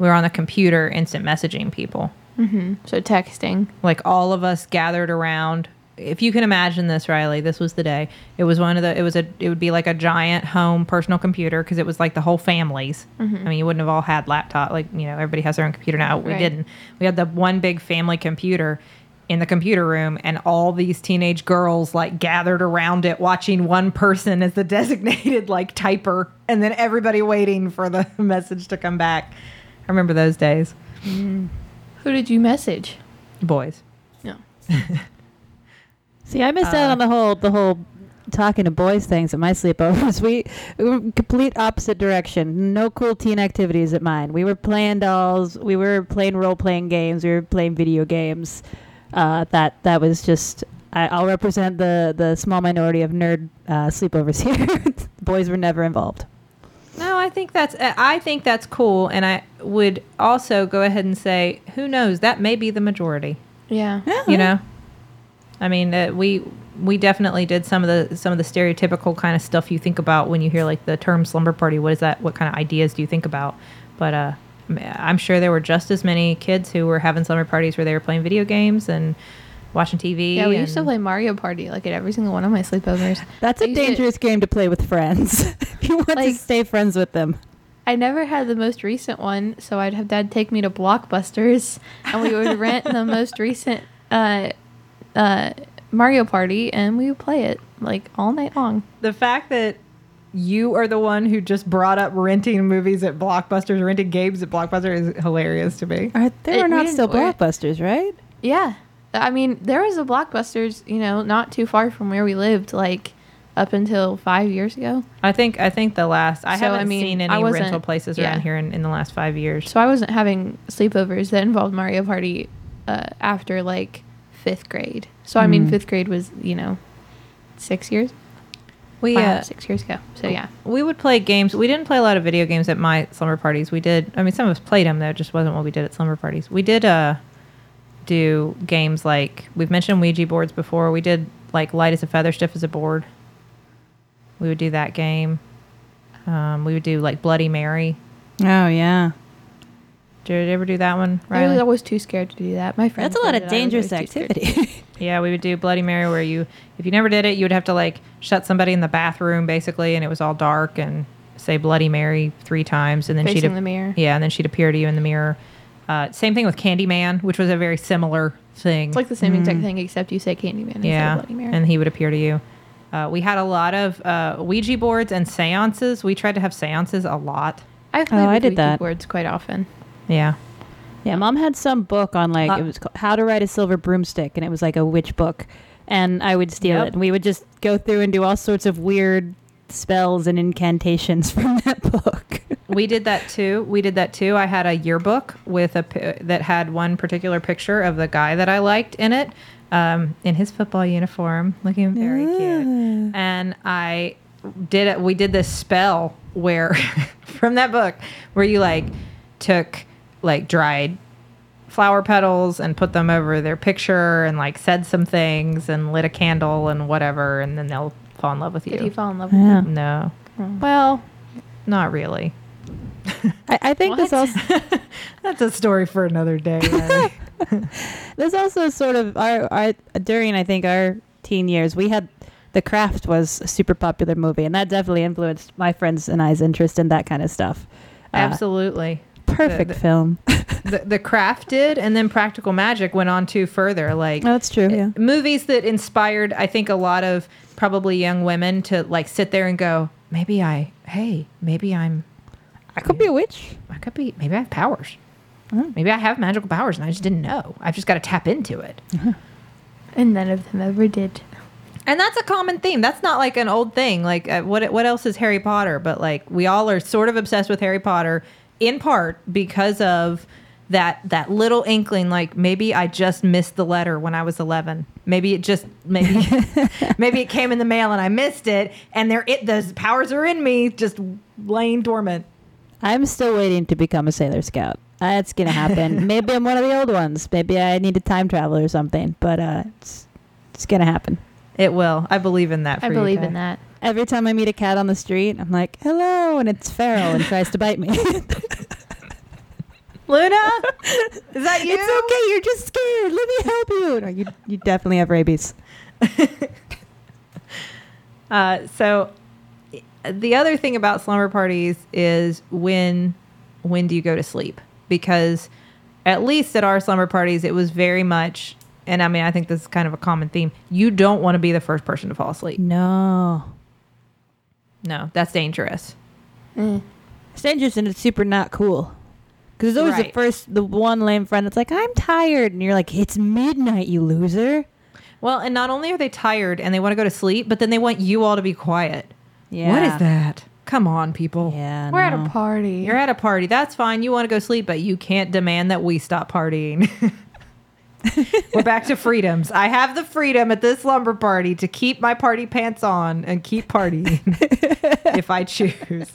B: we were on the computer, instant messaging people.
A: hmm So texting.
B: Like all of us gathered around. If you can imagine this, Riley, this was the day. It was one of the. It was a. It would be like a giant home personal computer because it was like the whole families. I mean, you wouldn't have all had laptop. Like you know, everybody has their own computer now. We
A: Right.
B: didn't. We had the one big family computer in the computer room, and all these teenage girls like gathered around it, watching one person as the [LAUGHS] designated like typer, and then everybody waiting for the [LAUGHS] message to come back. I remember those days,
A: Who did you message?
B: boys.
A: No.
C: See, I missed out on
A: Uh,
C: the whole the whole talking to boys things at my sleepovers. [LAUGHS] We, we were complete opposite direction. No cool teen activities at mine. We were playing dolls. We were playing role playing games. We were playing video games. Uh, that that was just. I, I'll represent the the small minority of nerd uh, sleepovers [LAUGHS] here. boys were never involved.
B: No, I think that's uh, I think that's cool, and I would also go ahead and say, who knows? That may be the majority.
A: Yeah.
B: you know i mean uh, we we definitely did some of the some of the stereotypical kind of stuff you think about when you hear like the term slumber party what is that what kind of ideas do you think about but uh m- i'm sure there were just as many kids who were having slumber parties where they were playing video games and watching tv
A: Yeah, we used to
B: and-
A: play Mario Party like at every single one of my sleepovers.
C: That's
A: I
C: a
A: used to-
C: dangerous game to play with friends. [LAUGHS] if you want to
A: Like-
C: stay friends with them.
A: I never had the most recent one, so I'd have dad take me to Blockbusters, and we would rent the most recent uh, uh, Mario Party, and we would play it like all night long.
B: the fact that you are the one who just brought up renting movies at Blockbusters, renting games at Blockbuster is hilarious to me.
C: Are, there
A: It-
C: are
A: we
C: not
A: didn't
C: still
A: order-
C: blockbusters, right?
A: Yeah. I mean, there was a Blockbusters, you know, not too far from where we lived, like up until five years ago.
B: I think I think the last I
A: So,
B: haven't
A: I mean,
B: seen
A: I
B: any
A: wasn't-
B: rental places
A: yeah.
B: around here in, in the last five years.
A: So I wasn't having sleepovers that involved Mario Party uh, after like fifth grade. So I mean,
C: Mm.
A: fifth grade was, you know, six years,
B: We
A: five,
B: uh,
A: six years ago. So yeah.
B: we would play games. We didn't play a lot of video games at my slumber parties. We did. I mean, some of us played them though. It just wasn't what we did at slumber parties. We did uh, do games like we've mentioned Ouija boards before. We did like light as a feather, stiff as a board. We would do that game. Um, we would do like Bloody Mary.
C: Oh yeah.
B: Did you ever do that one?
A: I was
B: Riley?
A: always too scared to do that. My friends.
C: That's a lot
A: did
C: of
A: it. I was
C: dangerous
A: always too scared.
C: activity. [LAUGHS]
B: Yeah, we would do Bloody Mary where you, if you never did it, you would have to like shut somebody in the bathroom basically, and it was all dark and say Bloody Mary three times, and then she'd
A: Facing the mirror.
B: Yeah, and then she'd appear to you in the mirror. Uh, same thing with Candyman, which was a very similar thing.
A: It's like the same exact thing, except you say Candyman
B: Mm.
A: instead
B: yeah,
A: of Bloody Mary.
B: and he would appear to you. Uh, we had a lot of uh, Ouija boards and seances. We tried to have seances a lot.
A: I've played
C: Oh, I
A: with
C: did
A: Ouija
C: that.
A: boards quite often.
B: Yeah.
C: Yeah, mom had some book on like
B: Uh,
C: it was called How to Ride a Silver Broomstick, and it was like a witch book, and I would steal
B: Yep.
C: it, and we would just go through and do all sorts of weird spells and incantations [LAUGHS] from that book.
B: we did that too. We did that too. I had a yearbook with a pi- that had one particular picture of the guy that I liked in it, um, in his football uniform, looking very
A: Ah.
B: cute. And I did it. We did this spell where, [LAUGHS] from that book, where you like took like dried flower petals and put them over their picture and like said some things and lit a candle and whatever, and then they'll fall in love with you.
A: Did you fall in love with
C: yeah,
B: no. Well, not really.
C: I, I think this
A: What?
C: also
B: That's a story for another
C: [LAUGHS]
B: day.
C: Uh.
B: Riley.
C: this also sort of our, our during I think our teen years we had The Craft was a super popular movie, and that definitely influenced my friends and I's interest in that kind of stuff. Uh,
B: Absolutely.
C: perfect
B: The- the- [LAUGHS]
C: film. oh,
B: The, the craft did, and then practical magic went on too further. Like
C: Oh,
B: eh,
C: that's true. Yeah.
B: movies that inspired, I think, a lot of probably young women to like sit there and go, maybe I, hey, maybe I'm,
C: I could be a witch.
B: I could be, maybe I have powers.
C: Mm.
B: Maybe I have magical powers and I just didn't know. I've just got to tap into it.
A: And none of them ever did.
B: And that's a common theme. That's not like an old thing. Like uh, what what else is Harry Potter? But like we all are sort of obsessed with Harry Potter in part because of that that little inkling like maybe I just missed the letter when I was 11. Maybe it just
A: [LAUGHS]
B: maybe maybe it came in the mail and I missed it and there it those powers are in me just laying dormant.
C: I'm still waiting to become a Sailor Scout. Uh, it's gonna [LAUGHS] happen. Maybe I'm one of the old ones. Maybe I need to time travel or something. But uh, it's it's gonna happen.
B: It will. I believe in that for
A: I
B: you,
A: believe in
B: Kay.
A: that.
C: Every time I meet a cat on the street, I'm like, "Hello," and it's feral and tries to [LAUGHS] bite me. [LAUGHS]
B: Luna? Is that you?
C: it's okay. You're just scared. Let me help you. No, you you definitely have rabies.
B: Uh, so the other thing about slumber parties is when when do you go to sleep? Because at least at our slumber parties, it was very much, and I mean, I think this is kind of a common theme. You don't want to be the first person to fall asleep.
C: No,
B: No, that's dangerous.
C: it's dangerous and it's super not cool. Because it's always the
B: Right.
C: first, the one lame friend that's like, "I'm tired," and you're like, "It's midnight, you loser."
B: Well, and not only are they tired and they want to go to sleep, but then they want you all to be quiet.
C: Yeah.
B: What is that? Come on, people.
C: Yeah.
A: We're at
C: no.
A: a party.
B: You're at a party. That's fine. You want to go sleep, but you can't demand that we stop partying. [LAUGHS] We're back to freedoms. I have the freedom at this lumber party to keep my party pants on and keep partying [LAUGHS] if I choose.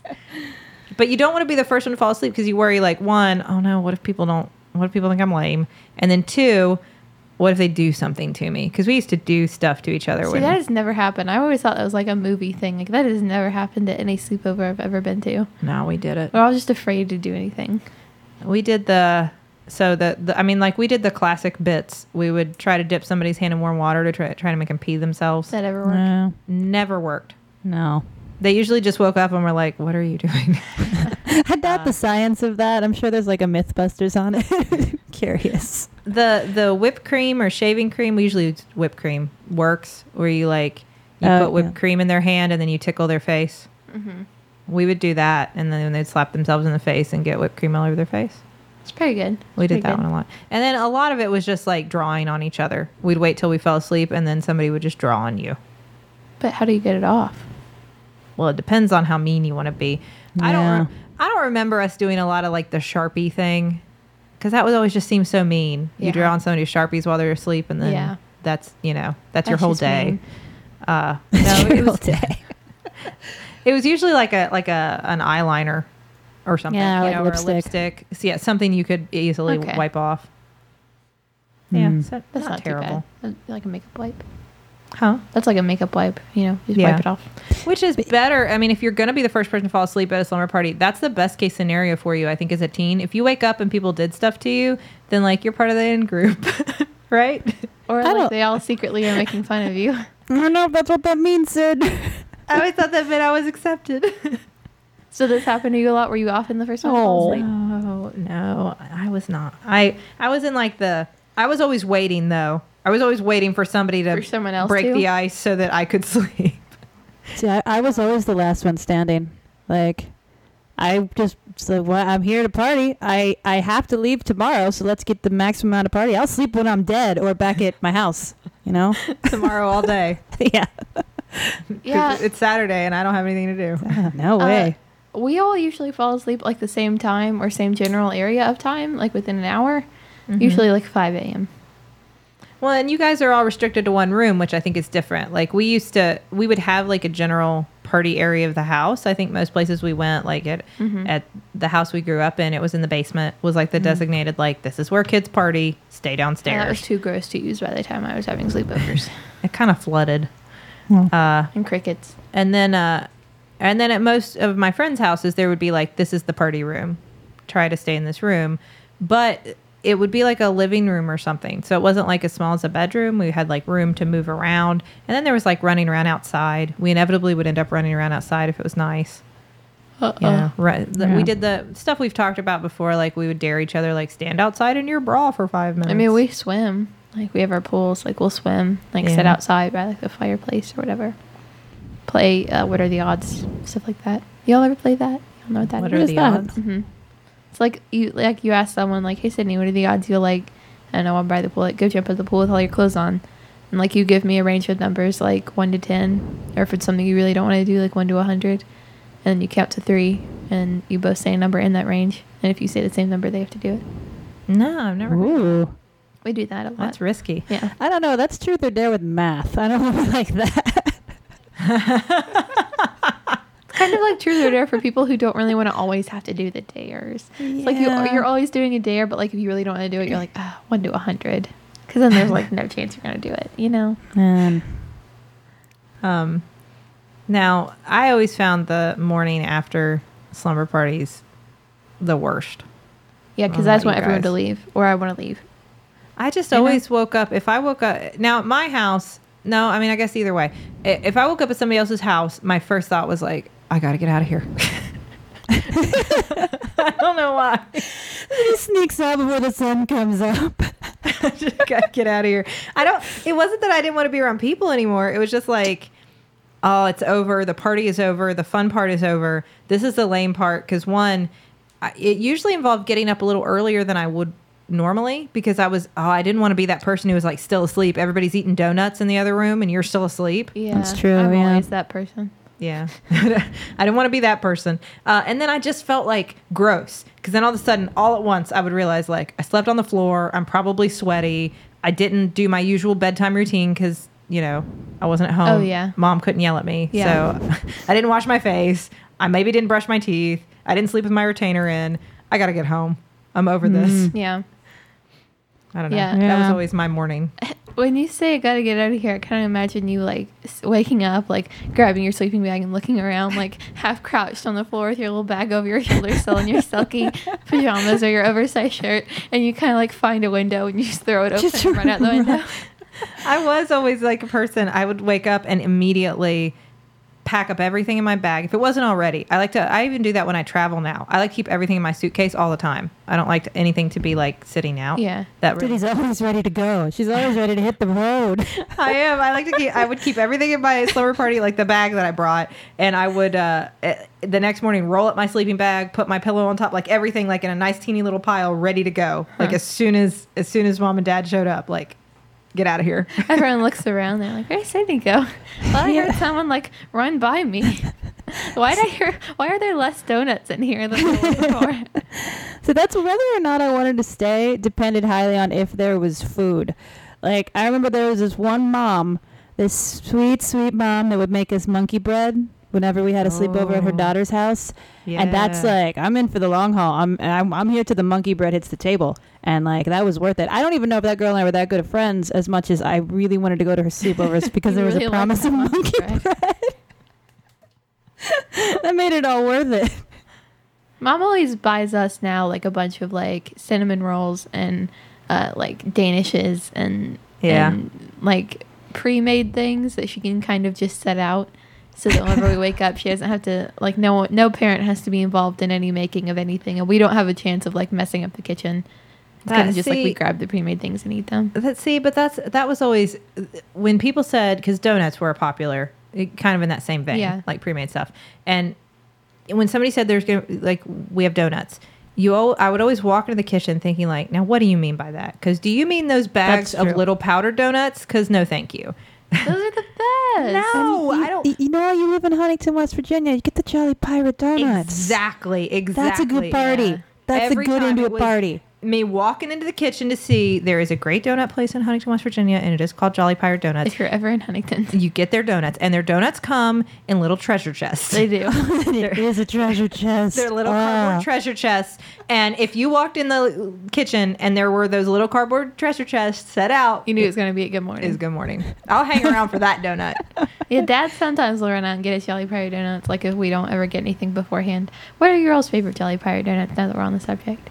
B: But you don't want to be the first one to fall asleep because you worry like one, oh no, what if people don't what if people think I'm lame? And then two, what if they do something to me? Because we used to do stuff to each other
A: See,
B: when
A: that has never happened. I always thought that was like a movie thing. Like that has never happened at any sleepover I've ever been to.
B: No, we did it.
A: We're all just afraid to do anything.
B: We did the so the, the I mean like we did the classic bits. We would try to dip somebody's hand in warm water to try, try to make them pee themselves.
A: Does that ever work?
C: No.
B: Never worked.
C: No.
B: They usually just woke up and were like, "What are you doing?"
C: [LAUGHS]
B: Uh,
C: I doubt the science of that. I'm sure there's like a Mythbusters on it. [LAUGHS] Curious.
B: the the whipped cream or shaving cream. We usually use whipped cream works where you like you
C: Oh,
B: put whipped
C: yeah.
B: cream in their hand and then you tickle their face.
A: Mm-hmm.
B: We would do that, and then they'd slap themselves in the face and get whipped cream all over their face.
A: It's pretty good.
B: We
A: It's pretty
B: did that
A: good.
B: one a lot. And then a lot of it was just like drawing on each other. We'd wait till we fell asleep, and then somebody would just draw on you.
A: But how do you get it off?
B: Well, it depends on how mean you want to be. I don't.
C: Yeah.
B: Re- I don't remember us doing a lot of like the sharpie thing, because that would always just seem so mean. You
A: Yeah.
B: draw on somebody's sharpies while they're asleep, and then
A: Yeah.
B: that's you know that's, your
A: That's
B: whole
A: just
B: day.
A: mean.
B: Uh, no, it was
C: [LAUGHS]
B: it was usually like a like a an eyeliner or something.
C: Yeah,
B: you
C: like
B: know, Or a
C: lipstick.
B: lipstick. So, yeah, something you could easily
A: Okay.
B: wipe off. Yeah,
C: Mm.
B: so
A: That's
B: not,
A: not,
B: terrible,
A: too bad. That's Like a makeup wipe.
B: huh?
A: That's like a makeup wipe. You know, you just
B: Yeah.
A: wipe it off.
B: Which is better. I mean, if you're going to be the first person to fall asleep at a slumber party, that's the best case scenario for you, I think, as a teen. If you wake up and people did stuff to you, then like you're part of the in group, [LAUGHS] right?
A: Or
C: I
A: like
C: don't-
A: they all secretly are making fun of you. [LAUGHS]
C: I don't know if that's what that means, Sid.
B: I always thought that meant I was [LAUGHS] accepted.
A: So this happened to you a lot. Were you often the first one? to fall
C: Oh.
A: asleep?
B: no, no, I was not. I I was in like the. I was always waiting though. I was always waiting for somebody to
A: For someone else
B: break
A: to?
B: the ice so that I could [LAUGHS] sleep.
C: [LAUGHS] See, I, I was always the last one standing. Like, I just said, well, I'm here to party. I, I have to leave tomorrow, so let's get the maximum amount of party. I'll sleep when I'm dead or back at my house, you know?
B: Tomorrow all day.
C: [LAUGHS] yeah.
B: 'Cause
A: Yeah.
B: It's Saturday and I don't have anything to [LAUGHS] do.
C: Ah, no
A: Uh,
C: way.
A: we all usually fall asleep like the same time or same general area of time, like within an hour.
B: Mm-hmm.
A: Usually like 5 a.m.
B: Well, and you guys are all restricted to one room, which I think is different. Like we used to, we would have like a general party area of the house. I think most places we went, like at
A: Mm-hmm.
B: at the house we grew up in, it was in the basement. Was like the designated, like this is where kids party. Stay
A: And Mm-hmm. that
B: downstairs.
A: was too gross to use by the time I was having
B: [LAUGHS]
A: sleepovers
B: it kind of flooded.
C: Well,
B: Uh,
A: and crickets.
B: and then, uh, and then at most of my friends' houses, there would be like this is the party room. Try to stay in this room, but it would be like a living room or something. So it wasn't like as small as a bedroom. We had like room to move around, and then there was like running around outside. We inevitably would end up running around outside if it was nice.
A: Uh
B: You know, right? the-
C: Yeah.
B: We did the stuff we've talked about before. Like we would dare each other, like stand outside in your bra for five minutes.
A: I mean, we swim. Like we have our pools. Like we'll swim. Like sit
B: Yeah.
A: outside by like the fireplace or whatever. Play uh, what are the odds stuff like that. Y'all ever play that? Y'all know what that
B: What
A: is?
B: are
C: is
B: the
C: that?
B: odds?
A: hmm It's like you like you ask someone like, "Hey Sydney, what are the odds you'll like?" I don't know. I'm by the pool. Like, go jump at the pool with all your clothes on, and like you give me a range of numbers like one to ten, or if it's something you really don't want to do, like one to a hundred, and you count to three, and you both say a number in that range, and if you say the same number, they have to do it.
B: No, I've never.
C: Ooh.
A: We do that a lot.
B: That's risky.
A: Yeah.
C: I don't know. That's truth or dare with math. I don't [LAUGHS] really like that.
A: kind of like truth or dare for people who don't really want to always have to do the dares. It's like you,
C: Yeah.
A: you're always doing a dare, but like if you really don't want to do it, you're like, ah, one to a hundred, because then there's like no chance you're gonna do it. You know.
C: Man.
B: Um, now, I always found the morning after slumber parties the worst.
A: Yeah,
B: What
A: because I just
B: about
A: want
B: you
A: everyone to
B: guys?
A: leave, or I want to leave.
B: I just
A: You know?
B: always woke up. If I woke up now at my house, no, I mean, I guess either way. I- If I woke up at somebody else's house, my first thought was like, I got to get out of here. [LAUGHS] I don't know why.
C: He sneaks out before the sun comes up. [LAUGHS]
B: I just got to [LAUGHS] get out of here. I don't, it wasn't that I didn't want to be around people anymore. It was just like, oh, it's over. The party is over. The fun part is over. This is the lame part because one, I, it usually involved getting up a little earlier than I would normally because I was, oh, I didn't want to be that person who was like still asleep. Everybody's eating donuts in the other room and you're still asleep.
A: Yeah,
C: That's true,
A: I'm
C: yeah.
A: always that person.
B: Yeah. [LAUGHS] I didn't want to be that person. Uh, and then I just felt like gross because then all of a sudden, all at once, I would realize like I slept on the floor. I'm probably sweaty. I didn't do my usual bedtime routine because, you know, I wasn't at home.
A: Oh, yeah.
B: Mom couldn't yell at me.
A: Yeah.
B: So [LAUGHS] I didn't wash my face. I maybe didn't brush my teeth. I didn't sleep with my retainer in. I got to get home. I'm over this.
A: Yeah.
B: I don't know.
A: Mm. Yeah.
B: That was
C: Yeah.
B: always my morning.
A: When you say I gotta get out of here, I kind of imagine you like s- waking up, like grabbing your sleeping bag and looking around, like
C: [LAUGHS]
A: half crouched on the floor with your little bag over your shoulder, still in your silky pajamas or your oversized shirt, and you kind of like find a window and you just throw it open
C: Just
A: and run out the
C: run.
A: window.
B: I was always like a person. I would wake up and immediately pack up everything in my bag if it wasn't already. I like to. I even do that when I travel now. I like to keep everything in my suitcase all the time. I don't like to, anything to be like sitting out.
A: Yeah.
B: that really
C: Titty's always ready to go. She's always ready to hit the road. [LAUGHS]
B: I am. I like to keep. I would keep everything in my slumber party, like the bag that I brought, and I would uh, eh, the next morning roll up my sleeping bag, put my pillow on top, like everything, like in a nice teeny little pile, ready to go. Like as soon as as soon as mom and dad showed up, like get out of here.
A: [LAUGHS] Everyone looks around. They're like, "Where's Sydney
C: [LAUGHS]
A: go?" Well, I heard someone like run by me. why did I hear? Why are there less donuts in here than there
C: [LAUGHS]
A: were before?
C: So that's whether or not I wanted to stay depended highly on if there was food. Like I remember there was this one mom, this sweet, sweet mom that would make us monkey bread whenever we had a sleepover at her
B: Oh.
C: daughter's house. And that's uh,
B: Yeah.
C: like I'm in for the long haul. I'm, I'm I'm here till the monkey bread hits the table. And like that was worth it. I don't even know if that girl and I were that good of friends as much as I really wanted to go to her sleepovers because
A: [LAUGHS] You
C: there was
A: really
C: a
A: liked
C: promise
A: that
C: of
A: monkey
C: monkey bread.
A: bread.
C: that made it all worth it.
A: Mom always buys us now like a bunch of like cinnamon rolls and uh, like danishes and
B: Yeah.
A: and, like pre-made things that she can kind of just set out so that whenever [LAUGHS] we wake up she doesn't have to like no no parent has to be involved in any making of anything and we don't have a chance of like messing up the kitchen. It's
B: That-
A: kind of just like
B: see-
A: we grab the pre-made things and eat them.
B: That, see, but that's that was always when people said because donuts were popular, it- kind of in that same vein,
A: Yeah.
B: like pre-made stuff. And when somebody said there's gonna like we have donuts, you al- I would always walk into the kitchen thinking like, now what do you mean by that? Because do you mean those bags
C: That's
B: of
C: true.
B: little powdered donuts? Because no, thank you.
A: Those are the best.
B: [LAUGHS] No.
C: And
B: Oh,
C: you,
B: I don't-
C: You, you know, you live in Huntington, West Virginia. You get the Jolly Pirate donuts.
B: Exactly, exactly.
C: That's a good party.
A: yeah.
C: That's
B: Every
C: a good
B: time
C: end to
B: it
C: a
B: was
C: [LAUGHS] party.
B: Me walking into the kitchen to see there is a great donut place in Huntington, West Virginia, and it is called Jolly Pirate Donuts.
A: If you're ever in Huntington,
B: You get their donuts, and their donuts come in little treasure chests.
A: they do.
C: it is a [LAUGHS] treasure
B: [LAUGHS]
C: chest.
B: They're little
C: Ah.
B: cardboard treasure chests. And if you walked in the kitchen and there were those little cardboard treasure chests set out,
A: [LAUGHS] You knew it was gonna be a good morning.
B: is good morning. Uh, I'll hang around for that [LAUGHS] donut.
A: Yeah, Dad sometimes will run out and get us Jolly Pirate donuts, like if we don't ever get anything beforehand. What are your all's favorite Jolly Pirate donuts? Now that we're on the
C: [LAUGHS]
A: subject,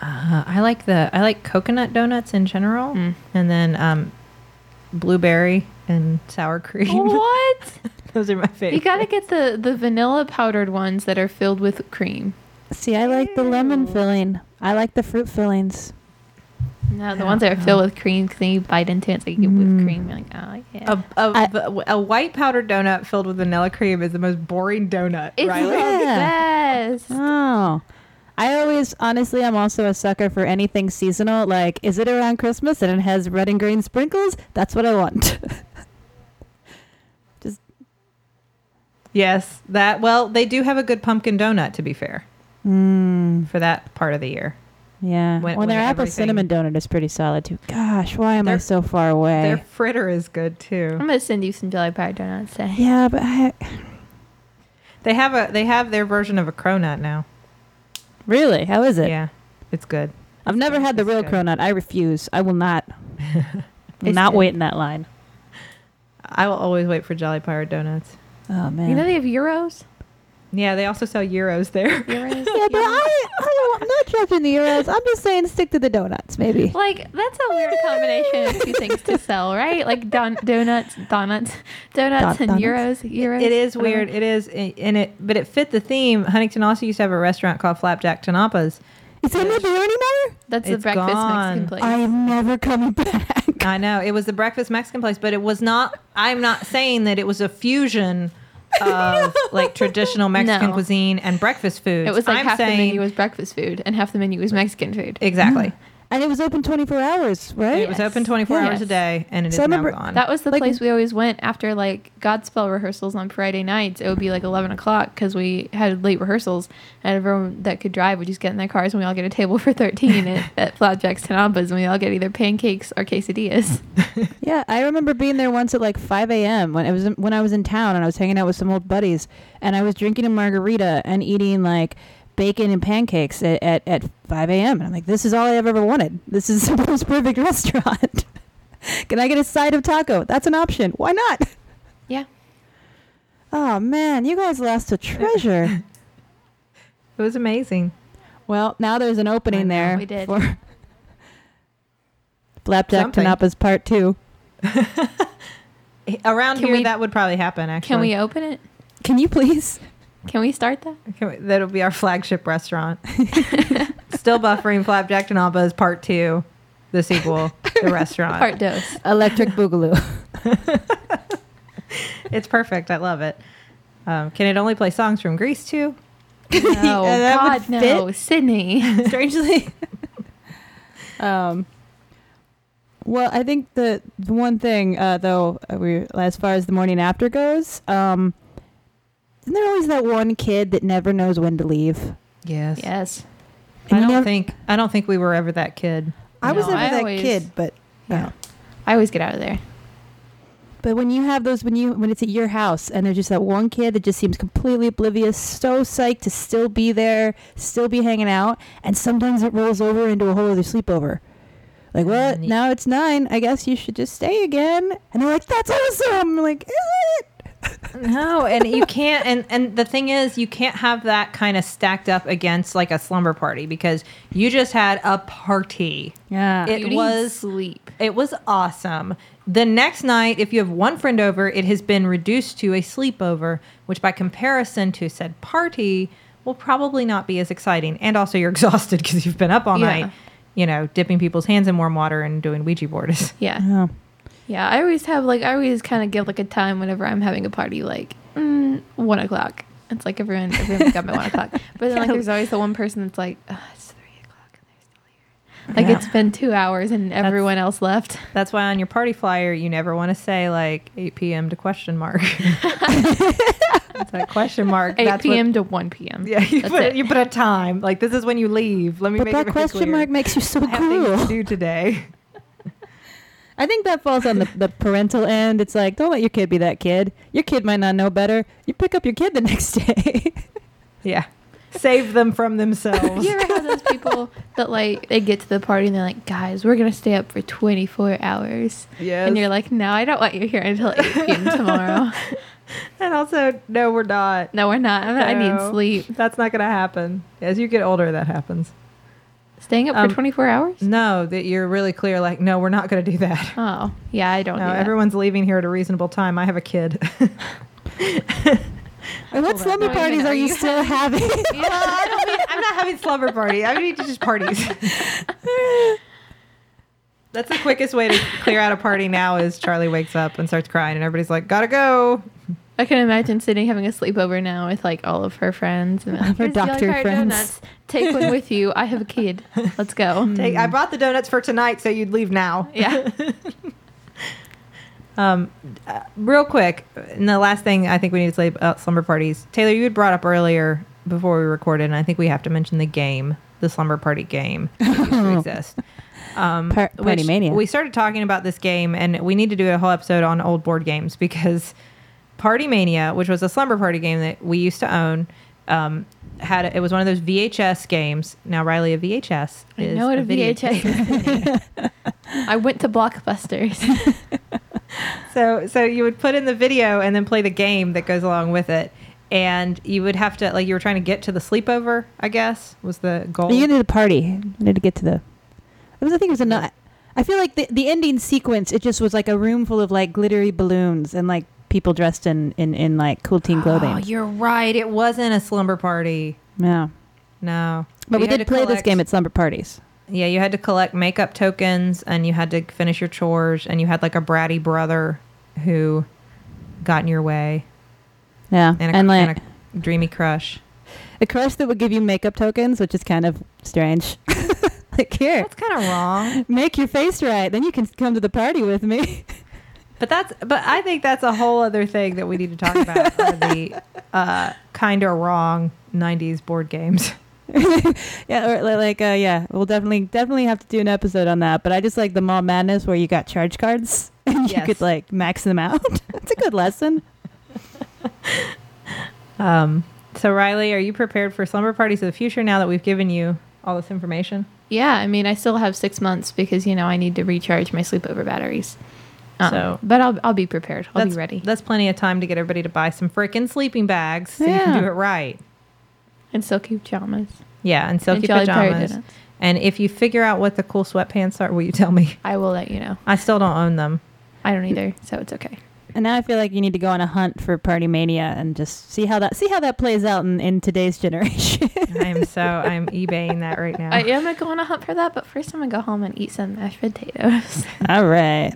B: Uh, I like the I like coconut donuts in general, and then um, blueberry and sour cream.
A: what
B: [LAUGHS] those are my favorite.
A: you gotta get the the vanilla powdered ones that are filled with cream.
C: See, I like the lemon filling. I like the fruit fillings.
A: No, the ones that are filled with cream, because then you bite into it, it's like you
C: Mm.
A: whipped cream. You're like, oh yeah,
B: a, a,
C: I-
B: a- a white powdered donut filled with vanilla cream is the most boring donut.
A: it's
B: Riley.
A: the best.
C: Oh. I always, honestly, I'm also a sucker for anything seasonal. Like, is it around Christmas and it has red and green sprinkles? That's what I want. [LAUGHS]
B: Yes, that. Well, they do have a good pumpkin donut. To be fair,
C: mm,
B: for that part of the year.
C: yeah.
B: When-
C: When, their
B: when
C: apple
B: everything-
C: cinnamon donut is pretty solid, too. Gosh, why am I
B: They're-
C: so far away?
B: Their fritter is good too.
C: Mm.
A: I'm gonna send you some Jolly Pirate donuts today.
C: Yeah, but I,
B: They have a they have their version of a cronut now.
C: really, how is it?
B: Yeah, it's good.
C: I've never had the
B: It's
C: real
B: good.
C: cronut. I refuse. I will not. will
A: It's
C: not
A: good.
C: wait in that line.
B: I will always wait for Jolly Pirate donuts.
C: Oh man.
A: You know they have euros.
B: Yeah, they also sell euros there.
A: Euros.
C: [LAUGHS] yeah, but I, I don't, I'm not judging the euros. I'm just saying stick to the donuts, maybe.
A: Like that's a weird combination of two things to sell, right? Like don- donuts, donuts, donuts,
C: Don-
A: and
C: donuts.
A: euros, euros. Uh-huh.
B: It
C: Oh.
B: is
A: I don't know.
B: weird. It is, and it but it fit the theme. Huntington also used to have a restaurant called Flapjack Tanapas.
C: Is that not there anymore?
A: That's the
B: It's
A: breakfast
B: gone.
A: Mexican place.
C: I am never coming [LAUGHS] back.
B: I know it was the breakfast Mexican place, but it was not. I'm not saying that it was a fusion of like traditional
A: [LAUGHS]
B: Mexican
A: No.
B: cuisine and breakfast foods.
A: it was like
B: I'm
A: half the
B: saying
A: menu was breakfast food and half the menu was Mexican food.
B: exactly.
C: and it was open 24 hours,
B: And
C: right?
B: It was open 24 hours a
A: Yes.
B: day, and it is
C: So I remember-
B: now gone.
A: That was the
C: Like-
A: place we always went after like Godspell rehearsals on Friday nights. It would be like eleven o'clock because we had late rehearsals, and everyone that could drive would just get in their cars, and we all get a table for thirteen
B: [LAUGHS]
A: at, at Flapjacks Tanabas, and we all get either pancakes or quesadillas.
C: Yeah, I remember being there once at like 5 a.m. when it was when I was in town and I was hanging out with some old buddies and I was drinking a margarita and eating like bacon and pancakes at, at, at 5 a.m. And I'm like, this is all I have ever wanted. This is the [LAUGHS] most perfect restaurant. [LAUGHS] Can I get a side of taco? That's an option. Why not?
A: Yeah.
C: Oh man, you guys lost
A: [LAUGHS]
C: a treasure.
B: it was amazing.
C: well, now there's an
A: I
C: opening
A: know,
C: there
A: we did.
C: for [LAUGHS] Flapjack
B: Something.
C: Tanapa's part two.
B: around
A: Can
B: here
A: we-
B: that would probably happen. Actually,
A: Can we uh, open it?
C: Can you please?
A: Can we start that?
B: Can we- that'll be our flagship
A: [LAUGHS]
B: restaurant. Still buffering flapjack and Alba's part two, the sequel,
A: [LAUGHS]
B: the restaurant.
A: Part dose.
D: Electric
C: [LAUGHS]
D: Boogaloo.
B: It's perfect. I love it. Um, can it only play songs from Greece too?
A: No, [LAUGHS]
C: Yeah, that would
A: God, no, Sydney.
C: strangely. um, well, I think the, the one thing, uh, though, uh, we as far as the morning after goes, um, isn't there always that one kid that never knows when to leave? And
B: Yes.
A: yes.
C: you
B: I don't
C: never-
B: think I don't think we were ever that kid.
C: I was
A: No,
C: never
A: I
C: that
A: always-
C: kid, but
A: Yeah.
C: no.
A: I always get out of there.
C: But when you have those, when you when it's at your house, and there's just that one kid that just seems completely oblivious, so psyched to still be there, still be hanging out, and sometimes it rolls over into a whole other sleepover. Like what?
B: And it-
C: Now it's nine. I guess you should just stay again. And they're like, "That's awesome!" I'm like, "Is it?"
B: [LAUGHS] No, and
C: [LAUGHS]
B: you can't. And and the thing is, you can't have that kind of stacked up against like a slumber party because you just had a party.
C: Yeah.
B: It
A: Beauty
B: was-
A: sleep.
B: It was awesome. The next night, if you have one friend over, it has been reduced to a sleepover, which by comparison to said party will probably not be as exciting. And also, you're [LAUGHS] exhausted because you've been up all
A: Yeah.
B: night, you know, dipping people's hands in warm water and doing Ouija boards.
A: Yeah.
C: oh.
A: Yeah, I always have like I always kind of give like a time whenever I'm having a party, like mm, one o'clock. It's like everyone everyone's got by one [LAUGHS] o'clock, but then like there's always the one person that's like, oh, it's three o'clock and they're still here. Like
B: Yeah.
A: it's been two hours and everyone else left.
B: That's why on your party flyer, you never want to say like 8 p.m. to
A: [LAUGHS]
B: question mark. it's like question mark.
A: Eight
B: that's what-
A: p.m. to one p.m. [LAUGHS]
B: yeah, you
A: That's
B: put,
A: it.
B: you put a time. Like, this is when you leave. Let me
C: But
B: make it
C: that
B: very
C: question
B: clear.
C: mark
B: [LAUGHS]
C: makes you so
B: I have things to
C: cruel.
B: do today.
C: I think that falls on the, the parental end. It's like, don't let your kid be that kid. Your kid might not know better. You pick up your kid the next [LAUGHS] day.
B: Yeah. Save them from
C: [LAUGHS]
B: themselves.
A: [LAUGHS] You ever have those people that like they get to the party and they're like, guys, we're gonna stay up for twenty four hours,
B: Yes.
A: and you're like, no, I don't want you here until eight
B: [LAUGHS]
A: p.m. tomorrow.
B: And also, no, we're not.
A: no, we're not. I need
B: No.
A: sleep.
B: That's not going to happen. As you get older, that happens.
A: Staying up
B: Um,
A: for twenty four hours.
B: No, that you're really clear, like, no, we're not going to do that.
A: Oh, yeah, I don't.
B: No,
A: do that.
B: everyone's leaving here at a reasonable time. I have
A: [LAUGHS]
B: a kid.
C: And what slumber
A: Not even
C: parties
A: are
B: [LAUGHS]
C: are you
A: you
C: still having?
B: I don't mean, I'm not having slumber party. I mean just parties. That's the quickest way to clear out a party now is Charlie wakes up and starts crying, and everybody's like, gotta go.
A: I can imagine Sydney having a sleepover now with like all of her friends and like,
C: her
A: "Here's the
C: doctor
A: Yellow Card
C: friends."
A: Donuts. Take one with you. I have a kid. Let's
B: [LAUGHS]
A: go.
B: Take, I brought the donuts for tonight, so you'd leave now.
A: Yeah.
B: Um, uh, real quick, and the last thing I think we need to say about slumber parties, Taylor, you had brought up earlier before we recorded, and I think we have to mention the game, the slumber party game that used to exist. Um,
C: Par- Party
B: which
C: Mania.
B: We started talking about this game, and we need to do a whole episode on old board games because Party Mania, which was a slumber party game that we used to own, um, had it was one of those VHS games. Now Riley, a VHS
A: I
B: is
A: know what a
B: video-
A: VHS is. [LAUGHS] I went to Blockbusters.
B: [LAUGHS] So so you would put in the video and then play the game that goes along with it. And you would have to like you were trying to get to the sleepover, I guess, was the goal.
C: You did the party. You need to get to the. It was. I think it was a nut. I feel like the the ending sequence. It just was like a room full of like glittery balloons and like people dressed in in in like cool teen clothing.
B: Oh, you're right. It wasn't a slumber party.
C: yeah.
B: No.
C: But we
B: You had
C: did
B: to
C: play this
B: collect-
C: game at slumber parties.
B: Yeah, you had to collect makeup tokens and you had to finish your chores and you had like a bratty brother who got in your way
C: Yeah,
B: and
C: and,
B: a,
C: like
B: and a dreamy crush.
C: a crush that would give you makeup tokens, which is kind of strange. [LAUGHS] like here,
B: That's kind of wrong.
C: make your face right, then you can come to the party with me.
B: [LAUGHS]
C: [LAUGHS]
B: But that's but I think that's a whole other thing that we need to talk about are the uh, kind or wrong '90s board games. [LAUGHS]
C: Yeah, or li- like uh, yeah, we'll definitely definitely have to do an episode on that. But I just like the mall madness where you got charge cards [LAUGHS] and you
B: Yes.
C: could like max them out. [LAUGHS] That's a good lesson.
B: Um, so Riley, are you prepared for slumber parties of the future now that we've given you all this information?
A: yeah, I mean, I still have six months because you know I need to recharge my sleepover batteries. Um,
B: So-
A: but I'll I'll be prepared. I'll
B: that's
A: be ready.
B: That's plenty of time to get everybody to buy some frickin' sleeping bags so you can
C: Yeah.
B: do it right.
A: And silky pajamas.
B: Yeah, and silky
A: Jolly Pirate
B: pajamas.
A: donuts.
B: And if you figure out what the cool sweatpants are, will you tell me?
A: I will let you know.
B: I still don't own them.
A: I don't either, so it's okay.
C: And now I feel like you need to go on a hunt for party mania and just see how that see how that plays out in, in
B: [LAUGHS]
C: today's [LAUGHS] generation.
B: I'm so I'm eBaying that right now.
A: I am going to go on a hunt for that, but first I'm going to go home and eat some mashed
B: [LAUGHS]
A: potatoes.
C: All right.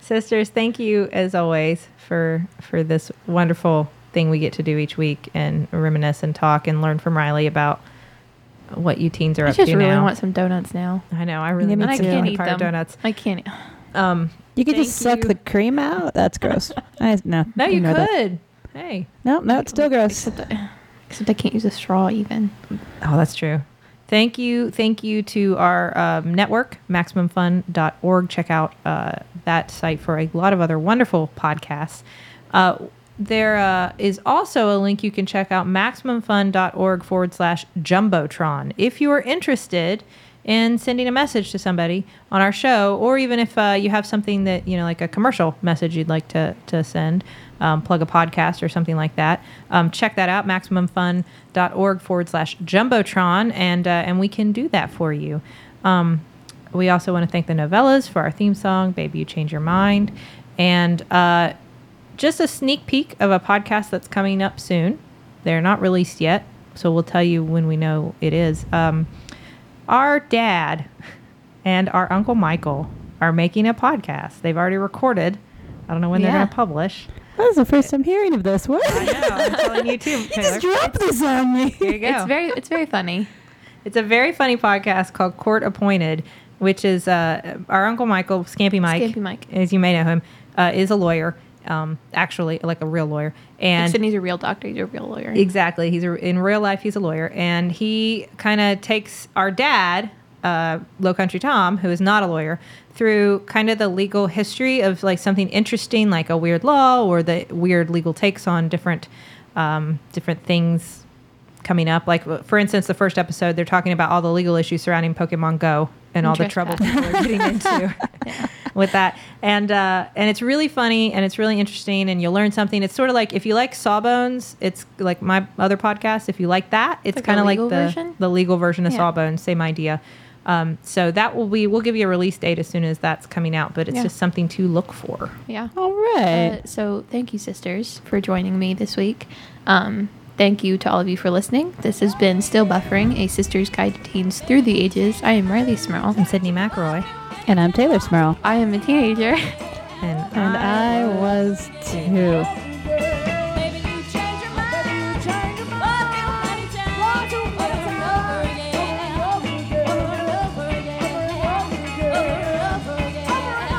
B: Sisters, thank you as always for for this wonderful thing we get to do each week and reminisce and talk and learn from Riley about what you teens are
A: I
B: up to
A: just really
B: now.
A: want some donuts now.
B: I know, I really
C: Yeah, me
A: And
B: need
A: I
C: too.
B: some
A: can't
B: peanut
A: eat
B: butter
A: them.
B: donuts.
A: I can't. eat-
B: Um,
C: You could just
B: Thank
C: suck
B: you.
C: the cream out.
B: [LAUGHS]
C: That's gross. I no.
B: no, you
C: ignore that.
B: could. Hey,
C: No, no, it's still gross.
A: Except I, except I can't use a straw even.
B: Oh, that's true. Thank you. Thank you to our um, network, MaximumFun.org. Check out uh, that site for a lot of other wonderful podcasts. Uh, there uh, is also a link you can check out, MaximumFun.org forward slash Jumbotron. If you are interested in sending a message to somebody on our show, or even if uh, you have something that, you know, like a commercial message you'd like to, to send, um, plug a podcast or something like that, um, check that out, MaximumFun.org forward slash Jumbotron, and, uh, and we can do that for you. Um, we also want to thank the novellas for our theme song, Baby You Change Your Mind. And uh, just a sneak peek of a podcast that's coming up soon. They're not released yet, so we'll tell you when we know it is. Um, our dad and our uncle Michael are making a podcast. They've already recorded. I don't know when they're
A: Yeah.
B: going to publish.
C: That was the first time hearing of this. What?
B: I know. I'm telling [LAUGHS] you too.
C: [LAUGHS] you
B: Taylor.
C: just dropped this on
B: Here
C: me.
B: you go.
A: It's very it's very funny.
B: It's a very funny podcast called Court Appointed, which is uh, our uncle Michael Scampy Mike.
A: Scampy Mike.
B: as you may know him, uh, is a lawyer. Um, actually, like a real lawyer, and
A: Sydney's a real doctor. He's a real lawyer.
B: Exactly. He's a, in real life. He's a lawyer, and he kind of takes our dad, uh, Low Country Tom, who is not a lawyer, through kind of the legal history of like something interesting, like a weird law or the weird legal takes on different um, different things coming up. Like for instance, the first episode, they're talking about all the legal issues surrounding Pokemon Go and all the trouble
A: [LAUGHS] Interesting.
B: people are [LAUGHS] getting into with that. And uh, and it's really funny and it's really interesting and you'll learn something. It's sort of like if you like Sawbones, it's like my other podcast. If you like that, it's
A: Like a
B: kind of like the
A: legal version?
B: the legal version of
A: Yeah.
B: Sawbones, same idea. Um, so that will be we'll give you a release date as soon as that's coming out, but it's
A: Yeah.
B: just something to look for.
A: Yeah.
C: [LAUGHS] All right.
A: Uh, so thank you, sisters, for joining me this week. Um, thank you to all of you for listening. This has been Still Buffering, a sister's guide to teens through the ages. I am Riley Smurl.
B: And Sydney McElroy.
C: and I'm Taylor Smurl.
A: I am a teenager. [LAUGHS]
B: And,
C: And I was too.
D: Maybe you change your mind. Maybe you change your mind. One too many times. Over and over again. Over and over again. Over and over again. Over and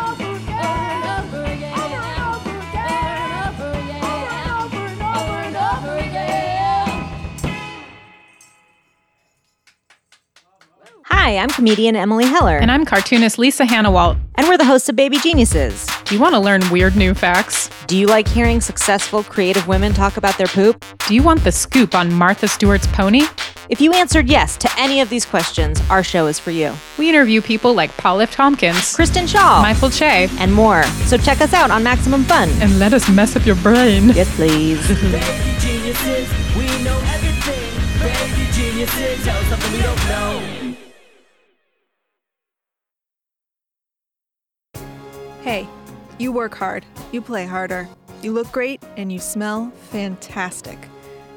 D: over again. Over and over again. Over and over again.
E: Hi, I'm comedian Emily Heller,
F: And I'm cartoonist Lisa Hannawalt.
E: and we're the hosts of Baby Geniuses.
F: Do you want to learn weird new facts?
E: Do you like hearing successful, creative women talk about their poop?
F: Do you want the scoop on Martha Stewart's pony?
E: If you answered yes to any of these questions, our show is for you.
F: We interview people like Paul F. Tompkins,
E: Kristen Shaw,
F: Michael Che,
E: and more. So check us out on Maximum Fun.
F: and let us mess up your brain.
E: Yes, please.
G: Baby geniuses, we know everything. Baby geniuses, tell us something we don't know.
H: Hey, you work hard, you play harder, you look great, and you smell fantastic.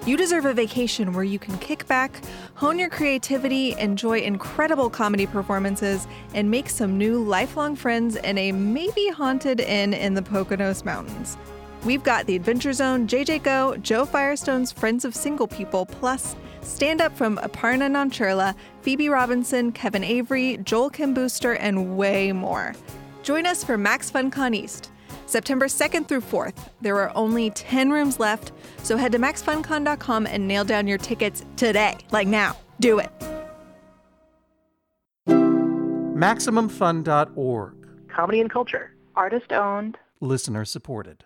H: You deserve a vacation where you can kick back, hone your creativity, enjoy incredible comedy performances, and make some new lifelong friends in a maybe haunted inn in the Poconos Mountains. We've got The Adventure Zone, JJ Go, Joe Firestone's Friends of Single People, plus stand up from Aparna Nancherla, Phoebe Robinson, Kevin Avery, Joel Kim Booster, and way more. Join us for Max FunCon East, September 2nd through 4th. There are only 10 rooms left, so head to maxfuncon.com and nail down your tickets today, like now. Do it.
I: MaximumFun.org.
J: comedy and culture. Artist owned.
I: Listener supported.